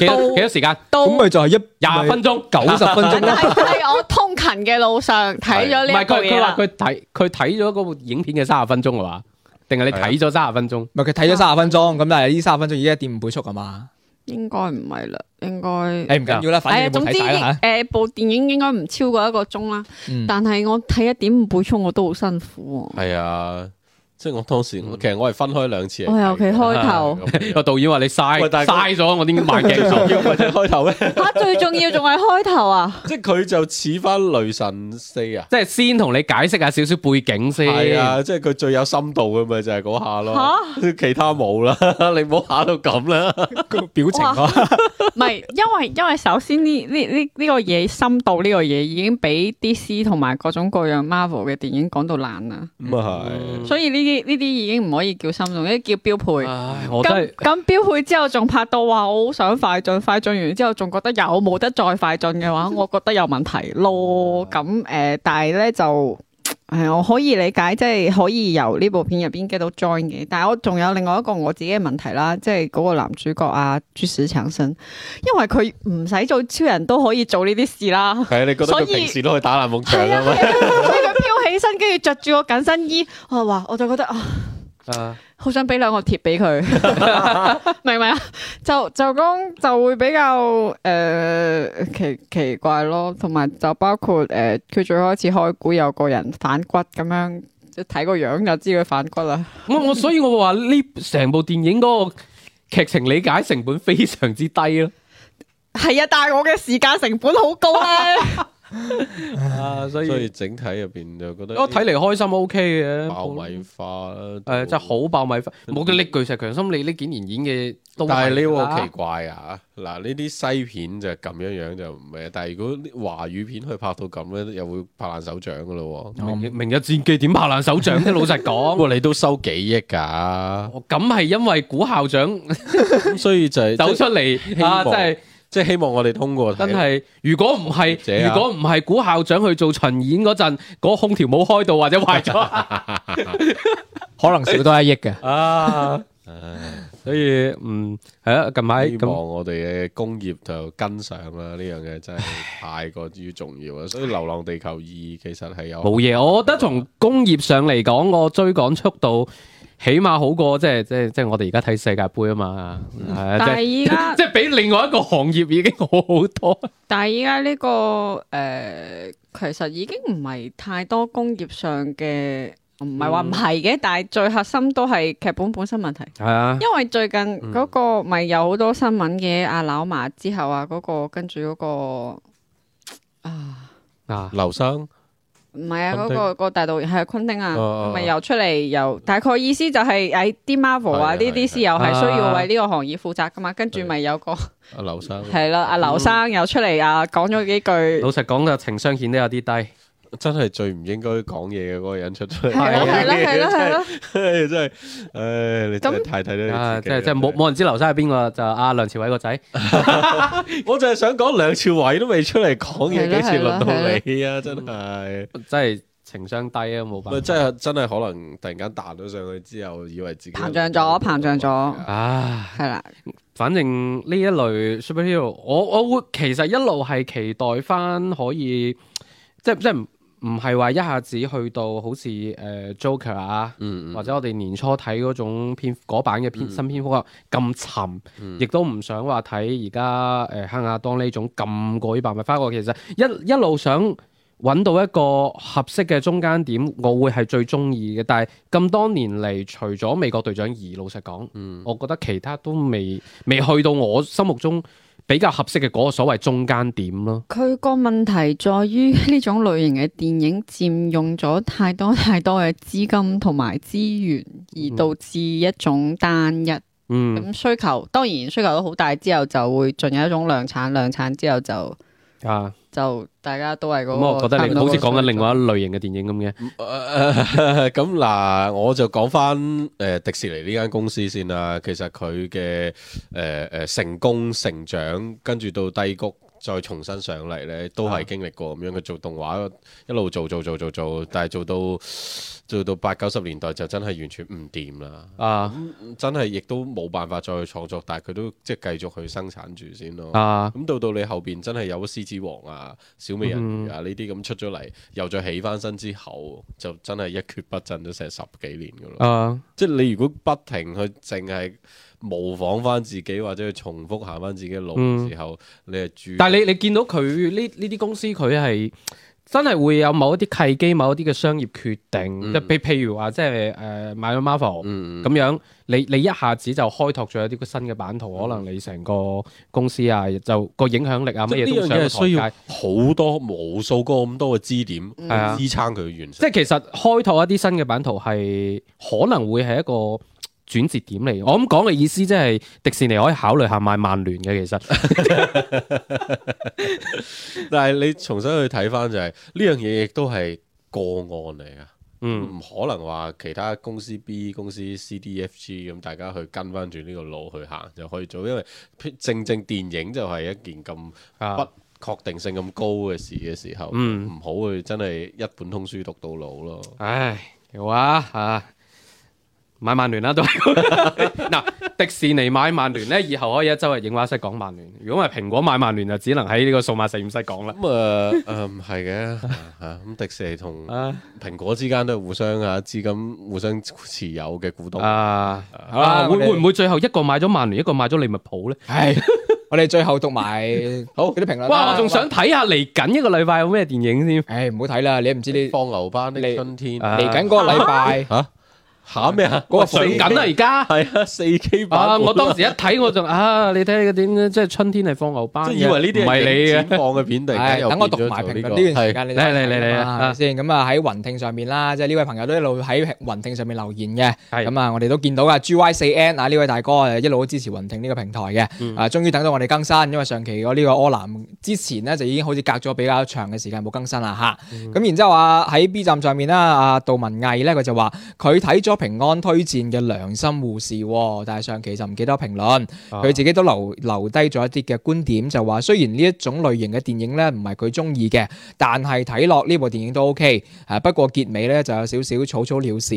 Speaker 3: 幾多
Speaker 6: 到
Speaker 3: 幾多時間？
Speaker 4: 咁咪就係一
Speaker 3: 廿分鐘。
Speaker 4: 九十分鐘咯。
Speaker 6: 係我通勤嘅路上睇 咗
Speaker 3: 唔
Speaker 6: 呢
Speaker 3: 係
Speaker 6: 一部
Speaker 3: 佢
Speaker 6: 嘢
Speaker 3: 佢話
Speaker 6: 啦。
Speaker 3: 佢睇佢睇咗嗰部影片嘅三十分鐘係嘛？定係你睇咗三十分鐘？
Speaker 4: 唔係佢睇咗三十分鐘，咁但係呢三十分鐘已經一點五倍速係嘛？
Speaker 6: 應該唔係啦，應該。
Speaker 4: 誒唔緊要啦，反
Speaker 6: 誒，
Speaker 4: 正
Speaker 6: 啊總
Speaker 4: 你冇
Speaker 6: 之
Speaker 4: 睇晒啦嚇。
Speaker 6: 誒部電影應該唔超過一個鐘啦，
Speaker 4: 嗯
Speaker 6: 但係我睇一點五倍速我都好辛苦 喎。
Speaker 5: 係啊，即係我當時
Speaker 3: 嗯
Speaker 5: 我其實我係分開兩次嚟睇嘅。
Speaker 6: 我尤其開頭
Speaker 5: 係咁
Speaker 3: 個導演話你嘥
Speaker 5: 喂但係嗰
Speaker 3: 嘥咗我啲慢鏡 頭。
Speaker 5: 要咪就開頭咧，
Speaker 6: 嚇，最重要仲係開頭啊！
Speaker 5: 即係佢就似翻雷神四啊，
Speaker 3: 即係先同你解釋下少少背景先。
Speaker 5: 係啊，即係佢最有深度嘅咪就係嗰下咯，其他冇啦， 你唔好下到咁啦，
Speaker 4: 個表 情
Speaker 6: 哇
Speaker 4: 咯，
Speaker 6: 唔係，因為因為首先呢呢呢呢個嘢深度呢個嘢已經俾 DC 同埋各種各樣 Marvel 嘅電影講到爛啦，
Speaker 5: 咁啊
Speaker 4: 嗯
Speaker 5: 係，
Speaker 6: 所以呢啲呢啲已經唔可以叫深度，呢啲叫標配。
Speaker 3: 唉，我真
Speaker 6: 咁
Speaker 3: 係
Speaker 6: 咁標配之後仲拍到話我好想快進，快進完之後仲覺得有冇得再快進嘅話，我覺得有問題咯。咁誒、呃但係咧就。係，我可以理解，即係可以由呢部片入邊 get 到 join 嘅。但係我仲有另外一個我自己嘅問題啦，即係嗰個男主角啊朱士強生，因為佢唔使做超人都可以做呢啲事啦。
Speaker 5: 係啊，你覺得
Speaker 6: 所
Speaker 5: 佢
Speaker 6: 以
Speaker 5: 平時都可以打爛夢牆
Speaker 6: 係啊，
Speaker 5: 啊
Speaker 6: 係
Speaker 5: 嘛？
Speaker 6: 啊所以佢飄起身，跟住着住個緊身衣，我話我就覺得啊。
Speaker 3: 啊
Speaker 6: 好想俾兩個貼俾 佢，明唔明啊？就就講就會比較誒、呃奇奇怪咯，同埋就包括誒呃佢、最開始開估有個人反骨咁樣，睇個樣就知佢反骨啦。
Speaker 3: 我我所以我話呢成部電影嗰個劇情理解成本非常之低咯。
Speaker 6: 係啊，但係我嘅時間成本好高 咧。
Speaker 3: 啊，所
Speaker 5: 所以整體入邊就覺得
Speaker 3: 我睇嚟開心 O K 嘅。
Speaker 5: 爆米花啦，
Speaker 3: 誒，真係好爆米花！冇嘅，你巨石強森，你呢幾年演嘅都
Speaker 5: 但係
Speaker 3: 係
Speaker 5: 你
Speaker 3: 啦
Speaker 5: 話好奇怪啊！嗱，呢啲西片就咁樣樣就唔咩，但係如果啲華語片去拍到咁咧，又會拍爛手掌噶咯喎。
Speaker 3: 明明日戰記點拍爛手掌啫？老實 講，
Speaker 5: 哇！你都收幾億㗎，
Speaker 3: 我咁係因為古校長
Speaker 5: 咁所以就係
Speaker 3: 走
Speaker 5: 即
Speaker 3: 出嚟啊，
Speaker 5: 希望
Speaker 3: 真係。
Speaker 5: 即係希望我哋通過
Speaker 3: 真
Speaker 5: 睇啊
Speaker 3: 係，如果唔係
Speaker 5: 者，啊
Speaker 3: 如果唔係古校長去做巡演嗰陣，嗰、個空調冇開到或者壞咗
Speaker 4: 可能少多一億嘅。
Speaker 3: 啊，所以嗯係啊，近排
Speaker 5: 希
Speaker 3: 咁
Speaker 5: 望我哋嘅工業就跟上啦，呢樣嘢真係太過於重要啊 啦。所以《流浪地球二》其實係有
Speaker 3: 冇嘢，我覺得從工業上嚟講，我追趕速度起碼好過即係即係即係我哋而家睇世界盃啊嘛，
Speaker 5: 嗯
Speaker 3: 係啊
Speaker 6: 但
Speaker 3: 即
Speaker 6: 係
Speaker 3: 係
Speaker 6: 依 家
Speaker 3: 即，係比另外一個行業已經好好多。
Speaker 6: 但係依家呢個誒、呃其實已經唔係太多工業上嘅，唔係話唔係嘅，但係最核心都係劇本本身問題。
Speaker 3: 係啊，
Speaker 6: 因為最近
Speaker 5: 嗯
Speaker 6: 嗰個咪有好多新聞嘅，阿lão麻之後啊，嗰、個跟住嗰個啊，
Speaker 3: 啊
Speaker 5: 劉生
Speaker 6: 唔係啊，
Speaker 5: 昆
Speaker 6: 嗰、
Speaker 5: 汀
Speaker 6: 個個大導演係昆汀
Speaker 5: 哦哦
Speaker 6: 啊
Speaker 5: 哦，
Speaker 6: 咪又出嚟又大概意思就係喺啲 Marvel
Speaker 5: 係
Speaker 6: 啊
Speaker 5: 啊
Speaker 6: 呢啲
Speaker 5: 係
Speaker 6: 事又係需要
Speaker 3: 啊
Speaker 6: 為呢個行業負責噶嘛，跟住咪有個
Speaker 5: 啊，劉生
Speaker 6: 係啦，阿劉生又出嚟啊，講咗幾句
Speaker 3: 老。實講嘅情商顯得有啲低。
Speaker 5: 真係最唔應該講嘢嘅嗰個人出出嚟，
Speaker 6: 係咯係咯係咯係咯，
Speaker 5: 真係，唉，你真係太
Speaker 3: 啊！即
Speaker 5: 睇得你自己啦
Speaker 3: 係即係冇冇人知劉生係邊個，就阿梁朝偉個仔。
Speaker 5: 我就係想講梁朝偉都未出嚟講嘢，
Speaker 6: 係咯
Speaker 5: 幾時輪
Speaker 6: 係咯嗯
Speaker 5: 到你啊？真係，
Speaker 3: 真係情商低啊，冇辦法。
Speaker 5: 咪真係真係可能突然間彈咗上去之後，以為自己
Speaker 6: 膨脹咗膨脹咗
Speaker 3: 啊，
Speaker 6: 係啦，
Speaker 3: 反正呢一類 superhero，我我會其實一路係期待翻可以，即係即係唔係話一下子去到好似誒、呃 Joker 啊，
Speaker 5: 嗯嗯嗯
Speaker 3: 或者我哋年初睇嗰種篇嗰版嘅篇新篇幅啊咁沉，亦都唔想話睇而家誒黑亞當呢種咁過於白物。花過其實一一路想揾到一個合適嘅中間點，我會係最中意嘅。但係咁多年嚟，除咗美國隊長二，老實講，
Speaker 5: 嗯
Speaker 3: 我覺得其他都未未去到我心目中比較合適嘅嗰個所謂中間點咯。
Speaker 6: 佢個問題在於呢種類型嘅電影佔用咗太多太多嘅資金同埋資源，而導致一種單一咁、
Speaker 3: 嗯。
Speaker 6: 需求。當然需求都好大之後，就會進入一種量產，量產之後就
Speaker 3: 啊，
Speaker 6: 就大家都係嗰、
Speaker 3: 咁
Speaker 6: 個。
Speaker 3: 我覺得你好似講緊另外一
Speaker 6: 一
Speaker 3: 類型嘅電影咁嘅，
Speaker 5: 誒呃咁嗱，我就講翻誒迪士尼呢間公司先啦。其實佢嘅誒誒成功成長，跟住到低谷。再重新上嚟呢，都係經歷過咁樣。佢做動畫一路做做做做做，但係做到做到八九十年代就真係完全唔掂啦。
Speaker 3: 啊
Speaker 5: 真係亦都冇辦法再去創作，但係佢都即係繼續去生產住先咯。
Speaker 3: 啊，
Speaker 5: 咁到到你後邊真係有獅子王啊、小美人魚
Speaker 3: 嗯
Speaker 5: 啊呢啲咁出咗嚟，又再起翻身之後，就真係一蹶不振咗成十幾年噶咯。
Speaker 3: 啊
Speaker 5: 即係你如果不停去淨係模仿翻自己，或者去重複行翻自己嘅路嘅時候，你係注
Speaker 3: 嗯但係你你見到佢呢呢啲公司佢係真係會有某一啲契機、某一啲嘅商業決定，
Speaker 5: 嗯
Speaker 3: 即係譬譬如話即係誒買咗 Marvel
Speaker 5: 嗯
Speaker 3: 咁樣，你你一下子就開拓咗一啲新嘅版圖，可能你成個公司啊就個影響力啊
Speaker 5: 即
Speaker 3: 乜
Speaker 5: 係
Speaker 3: 嘢都
Speaker 5: 呢樣嘢係需
Speaker 3: 上
Speaker 5: 要
Speaker 3: 要。
Speaker 5: 好多無數個咁多嘅支點去
Speaker 3: 係啊
Speaker 5: 支撐佢完
Speaker 3: 即
Speaker 5: 成。
Speaker 3: 係其實開拓一啲新嘅版圖係可能會係一個嘖轉折點嚟。我咁講嘅意思即係迪士尼可以考慮下買曼聯嘅，其實
Speaker 5: 但係你重新去睇翻就係呢樣嘢，亦都係個案嚟噶。
Speaker 3: 嗯。
Speaker 5: 唔可能話其他公司 B、公司 C、D、F、G 咁，大家去跟翻住呢個路去行就可以做，因為正正電影就係一件咁
Speaker 3: 啊
Speaker 5: 不確定性咁高嘅事嘅時候，唔、
Speaker 3: 嗯
Speaker 5: 好去真係一本通書讀到老咯。
Speaker 3: 唉，好啊，啊，買曼聯啦 都係。嗱，迪士尼買曼聯咧，以後可以一周日影畫室講曼聯。如果唔係蘋果買曼聯，就只能喺呢個數碼實驗室講啦。
Speaker 5: 咁 啊，誒唔係嘅嚇，啊咁迪士尼同
Speaker 3: 啊
Speaker 5: 蘋果之間都係互相啊資金互相持有嘅股東。
Speaker 3: 啊，好
Speaker 4: 啊
Speaker 3: 啦，會
Speaker 4: 我哋
Speaker 3: 會唔會最後一個買咗曼聯，一個買咗利物浦咧？
Speaker 4: 唉，我哋最後讀埋好嗰啲評論啦。
Speaker 3: 哇，我仲想睇下嚟緊一個禮拜有咩電影添。
Speaker 4: 唉，唔好睇啦，你唔知你
Speaker 5: 放牛班的
Speaker 4: 你
Speaker 5: 春天
Speaker 3: 啊
Speaker 4: 嚟緊嗰個禮拜
Speaker 5: 嚇嚇咩啊？
Speaker 4: 嗰個
Speaker 3: 上緊啦而家。
Speaker 5: 係啊，四 K 版
Speaker 3: 啊！
Speaker 5: 本
Speaker 3: 我當時一睇我就啊，你睇嗰點咧，即係春天係放牛班嘅，
Speaker 5: 即係以為呢啲
Speaker 3: 唔係你
Speaker 5: 放嘅片突然
Speaker 4: 唉，
Speaker 5: 間又
Speaker 4: 等我讀
Speaker 5: 變咗
Speaker 4: 埋
Speaker 5: 做
Speaker 4: 評
Speaker 5: 呢
Speaker 4: 論
Speaker 5: 個
Speaker 4: 呢段時
Speaker 5: 係
Speaker 4: 間，你
Speaker 3: 嚟嚟嚟嚟
Speaker 4: 啊，係咪
Speaker 3: 啊
Speaker 4: 先咁啊喺雲聽上面啦，即係呢位朋友都一路喺雲聽上面留言嘅。
Speaker 3: 係
Speaker 4: 咁啊，我哋都見到啊，G Y 四 N 啊呢位大哥啊一路都支持雲聽呢個平台嘅。
Speaker 3: 嗯
Speaker 4: 啊，終於等到我哋更新，因為上期嗰呢個柯南之前呢，就已經好似隔咗比較長嘅時間冇更新啦吓，
Speaker 3: 嗯
Speaker 4: 咁然之後啊喺 B 站上面啦，啊杜文毅咧佢就話佢睇咗平安推薦嘅良心護士喎，但係上期就唔記得評論。
Speaker 3: 啊，
Speaker 4: 佢自己都留留低咗一啲嘅觀點，就話雖然呢一種類型嘅電影呢唔係佢中意嘅，但係睇落呢部電影都 OK。啊，不過結尾呢就有少少草草了事，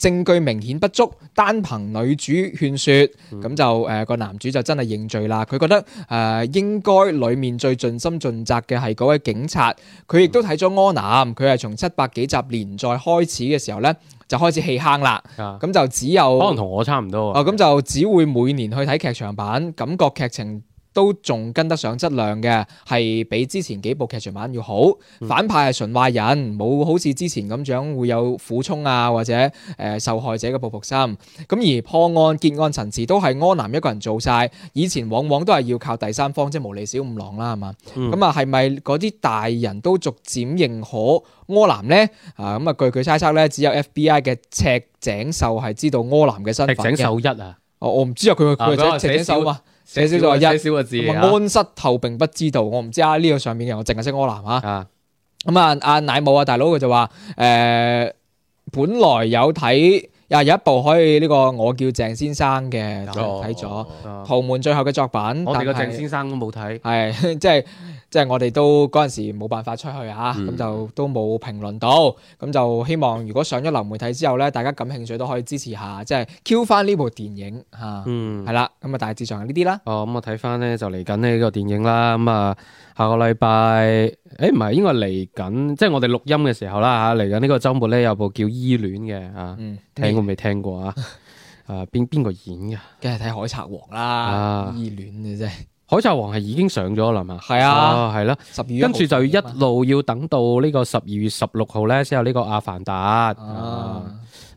Speaker 4: 證據明顯不足，單憑女主勸說，咁、就誒個、男主就真係認罪啦。佢覺得誒、呃、應該裡面最盡心盡責嘅係嗰位警察，佢亦都睇咗柯南，佢係從七百幾集連載開始嘅時候呢，就開始棄坑啦，
Speaker 3: 啊
Speaker 4: 咁就只有
Speaker 3: 可能同我差唔多啊
Speaker 4: 哦，咁就只會每年去睇劇場版，感覺劇情都仲跟得上質量嘅，係比之前幾部劇場版要好。
Speaker 3: 嗯
Speaker 4: 反派係純壞人，冇好似之前咁樣會有苦衷啊，或者誒、呃受害者嘅報復心。咁而破案結案層次都係柯南一個人做晒，以前往往都係要靠第三方，即係無理小五郎啦，係嘛？
Speaker 3: 嗯
Speaker 4: 咁啊、係咪嗰啲大人都逐漸認可柯南呢？啊，咁啊，據佢猜測呢，只有 FBI 嘅赤井秀係知道柯南嘅身
Speaker 3: 赤
Speaker 4: 份
Speaker 3: 井
Speaker 4: 嘅。
Speaker 3: 秀一啊，
Speaker 4: 我我唔知啊，佢
Speaker 3: 啊
Speaker 4: 佢
Speaker 3: 嗰個
Speaker 4: 係寫寫
Speaker 3: 寫
Speaker 4: 手嘛，寫少
Speaker 3: 寫
Speaker 4: 咗個一
Speaker 3: 寫少個字
Speaker 4: 咁
Speaker 3: 啊
Speaker 4: 啊安室透並不知道，我唔知啊呢個上面嘅人，我淨係識柯南啊。
Speaker 3: 啊，
Speaker 4: 咁啊，阿奶母啊，大佬佢就話誒、本來有睇啊有一部可以呢個我叫鄭先生嘅
Speaker 5: 哦
Speaker 4: 睇咗
Speaker 5: 哦
Speaker 4: 《豪門最後嘅作品》但係，
Speaker 3: 我哋個鄭先生都冇睇。
Speaker 4: 係 即係即係我哋都嗰陣時冇辦法出去啊，
Speaker 3: 嗯
Speaker 4: 咁、就都冇評論到，咁就希望如果上咗流媒體之後咧，大家感興趣都可以支持下，即係 Q 翻呢部電影嚇，係、
Speaker 3: 嗯。
Speaker 4: 啦，咁啊大致上係呢啲啦，
Speaker 3: 哦，咁我睇翻咧就嚟緊呢個電影啦，咁啊下個禮拜，誒唔係應該嚟緊，即係我哋錄音嘅時候啦啊嚇，嚟緊呢個週末咧有部叫《依戀》嘅啊，
Speaker 4: 嗯，
Speaker 3: 聽過未聽過啊？啊邊邊個演㗎？《
Speaker 4: 梗係睇《海賊王》
Speaker 3: 啊
Speaker 4: 啦，依戀嘅啫，
Speaker 3: 海賊王》係已經上咗啦嘛？
Speaker 4: 係啊
Speaker 3: 哦係啦，
Speaker 4: 十二月
Speaker 3: 跟住就一
Speaker 4: 號上映啊嘛
Speaker 3: 路要等到呢個十二月十六號咧先有呢個《阿凡達》啊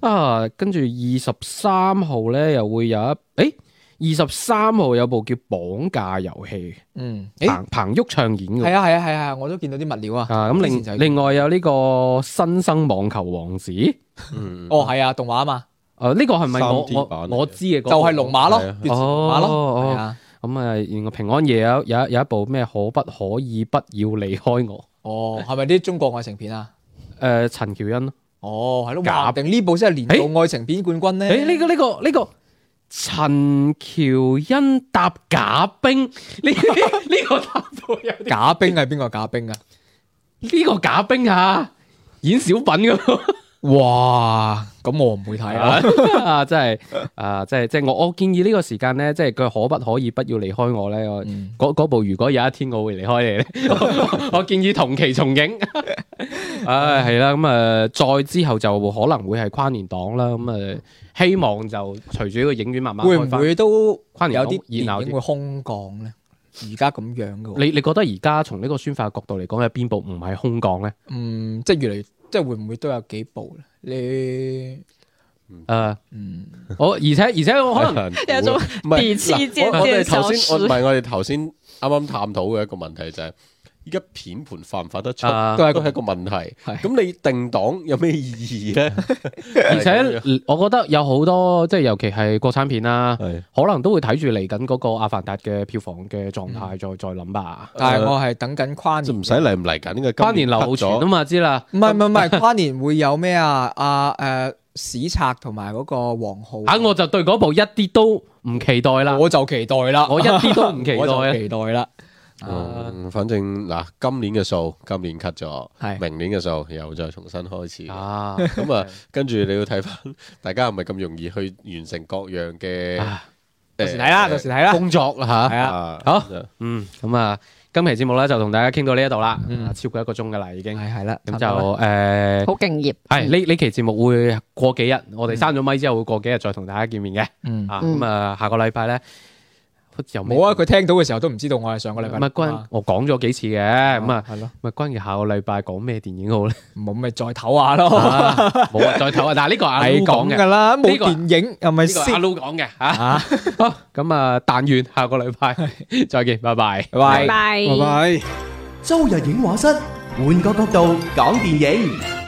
Speaker 4: 啊。
Speaker 3: 啊，跟住二十三號咧又會有一，誒二十三號有部叫《綁架遊戲
Speaker 4: 嗯，》，诶，
Speaker 3: 彭彭旭唱演嘅
Speaker 4: 係。啊係啊係啊，我都見到啲物料啊。
Speaker 3: 啊，咁
Speaker 4: 之前就
Speaker 3: 另另外有呢個新生網球王子，誒、嗯
Speaker 4: 哦係啊，動畫啊嘛，
Speaker 3: 呢個係咪我
Speaker 5: 3D 版嚟
Speaker 3: 我
Speaker 5: 嘅
Speaker 3: 我知嘅嗰
Speaker 4: 就
Speaker 3: 個、
Speaker 4: 係龍馬咯
Speaker 5: 係啊，
Speaker 4: 變成龍馬咯，
Speaker 3: 哦
Speaker 4: 係啊，
Speaker 3: 咁啊，然後平安夜有有有一部咩可不可以不要離開我？誒、
Speaker 4: 哦係咪啲中國愛情片啊？
Speaker 3: 陳喬恩咯，
Speaker 4: 哦係咯，
Speaker 3: 夾
Speaker 4: 話唔定呢部先係年度愛情片冠軍
Speaker 3: 誒、
Speaker 4: 咧。
Speaker 3: 呢、個呢、個呢、個陳喬恩搭假冰，呢呢個搭到有啲
Speaker 4: 假冰係邊個假冰啊？
Speaker 3: 呢個假冰啊，演小品㗎喎。
Speaker 4: 哇，咁我唔會睇啊。
Speaker 3: 啊，真係啊，即係即係我我建議呢個時間咧，即係佢可不可以不要離開我咧？我
Speaker 4: 嗯
Speaker 3: 嗰嗰部如果有一天我會離開你咧，我我建議同期重影。 唉，係啦，咁啊，再之後就可能會係跨年檔啦。咁啊，希望就隨住呢個影院慢慢
Speaker 4: 會
Speaker 3: 開
Speaker 4: 唔
Speaker 3: 翻。
Speaker 4: 會都
Speaker 3: 跨年
Speaker 4: 有
Speaker 3: 檔
Speaker 4: 啲
Speaker 3: 熱鬧
Speaker 4: 電
Speaker 3: 啲
Speaker 4: 影會空降咧？而家咁樣嘅喎，
Speaker 3: 你你覺得而家從呢個宣發角度嚟講，有邊部唔係空降咧？
Speaker 4: 嗯，即係越嚟越，即係會唔會都有幾部咧？
Speaker 3: 誒，
Speaker 4: 你嗯，
Speaker 3: 呃我而且而且我 可能。
Speaker 5: 能
Speaker 6: 有種
Speaker 5: 唔
Speaker 6: 彼此之
Speaker 5: 嗱我我哋
Speaker 6: 間
Speaker 5: 頭
Speaker 6: 嘅
Speaker 5: 先，
Speaker 6: 消
Speaker 5: 我
Speaker 6: 失
Speaker 5: 唔係我哋頭先啱啱探討嘅一個問題就係，依家片盤發唔發得出，
Speaker 3: 啊
Speaker 5: 都係一個問題。
Speaker 4: 係
Speaker 5: 咁你定檔有咩意義咧？
Speaker 3: 而且
Speaker 5: 係咁樣
Speaker 3: 我覺得有好多即係尤其係國產片啦、
Speaker 4: 嗯
Speaker 5: 係
Speaker 3: 可能都會睇住嚟緊嗰個《阿凡達》嘅票房嘅狀
Speaker 4: 嗯
Speaker 3: 態再再諗吧。
Speaker 4: 但係我係等緊跨
Speaker 5: 就
Speaker 4: 年
Speaker 5: 唔使嚟唔嚟緊嘅。
Speaker 3: 跨年流傳啊
Speaker 5: 咗，
Speaker 3: 嘛，知啦。
Speaker 4: 唔係唔係 唔係，跨年會有咩啊？啊誒，史策同埋嗰個黃浩
Speaker 3: 啊，我就對嗰部一啲都唔期待啦。
Speaker 4: 我就期待啦，
Speaker 3: 我一啲都唔期待
Speaker 4: 我就期待啦。
Speaker 5: 嗯反正嗱，今年嘅數今年 cut 咗，
Speaker 4: 係
Speaker 5: 明年嘅數又再重新開始。
Speaker 3: 啊，
Speaker 5: 咁啊，跟住你要睇翻，大家係咪咁容易去完成各樣嘅
Speaker 3: 啊
Speaker 4: 到時睇啦，
Speaker 5: 誒
Speaker 4: 到時睇啦。
Speaker 3: 工作啦嚇。
Speaker 4: 係啊
Speaker 3: 好
Speaker 5: 好，
Speaker 3: 嗯，咁啊，今期節目咧就同大家傾到呢一度啦，啊超過一個鐘㗎啦已經。
Speaker 4: 嗯係係啦，
Speaker 3: 咁
Speaker 4: 差唔多
Speaker 3: 就呃
Speaker 4: 啦
Speaker 3: 誒。
Speaker 6: 好敬業，
Speaker 3: 係呢呢期節目會過幾日，我哋閂咗咪之後會過幾日再同大家見面嘅。
Speaker 4: 嗯
Speaker 3: 啊，
Speaker 6: 嗯
Speaker 3: 咁啊，下個禮拜咧，又
Speaker 4: 冇啊！佢聽到嘅時候都唔知道我係上個禮拜
Speaker 3: 唔係關我講咗幾次嘅，咁啊，
Speaker 4: 係咯，
Speaker 3: 咪關於下個禮拜講咩電影好 咧？
Speaker 4: 冇咪再唞下咯，
Speaker 3: 啊冇啊，再唞啊！但係呢個阿 Lou
Speaker 4: 係
Speaker 3: 講
Speaker 4: 咁
Speaker 3: 嘅，呢
Speaker 4: 噶啦，冇
Speaker 3: 呢個
Speaker 4: 電影係咪
Speaker 3: 個係阿
Speaker 4: 先？
Speaker 3: Lou 講嘅嚇。好，咁啊，但願下個 禮拜再見，拜拜。
Speaker 4: 拜拜
Speaker 6: 拜。
Speaker 2: 拜拜。
Speaker 8: 周日影畫室，換個角度講電影。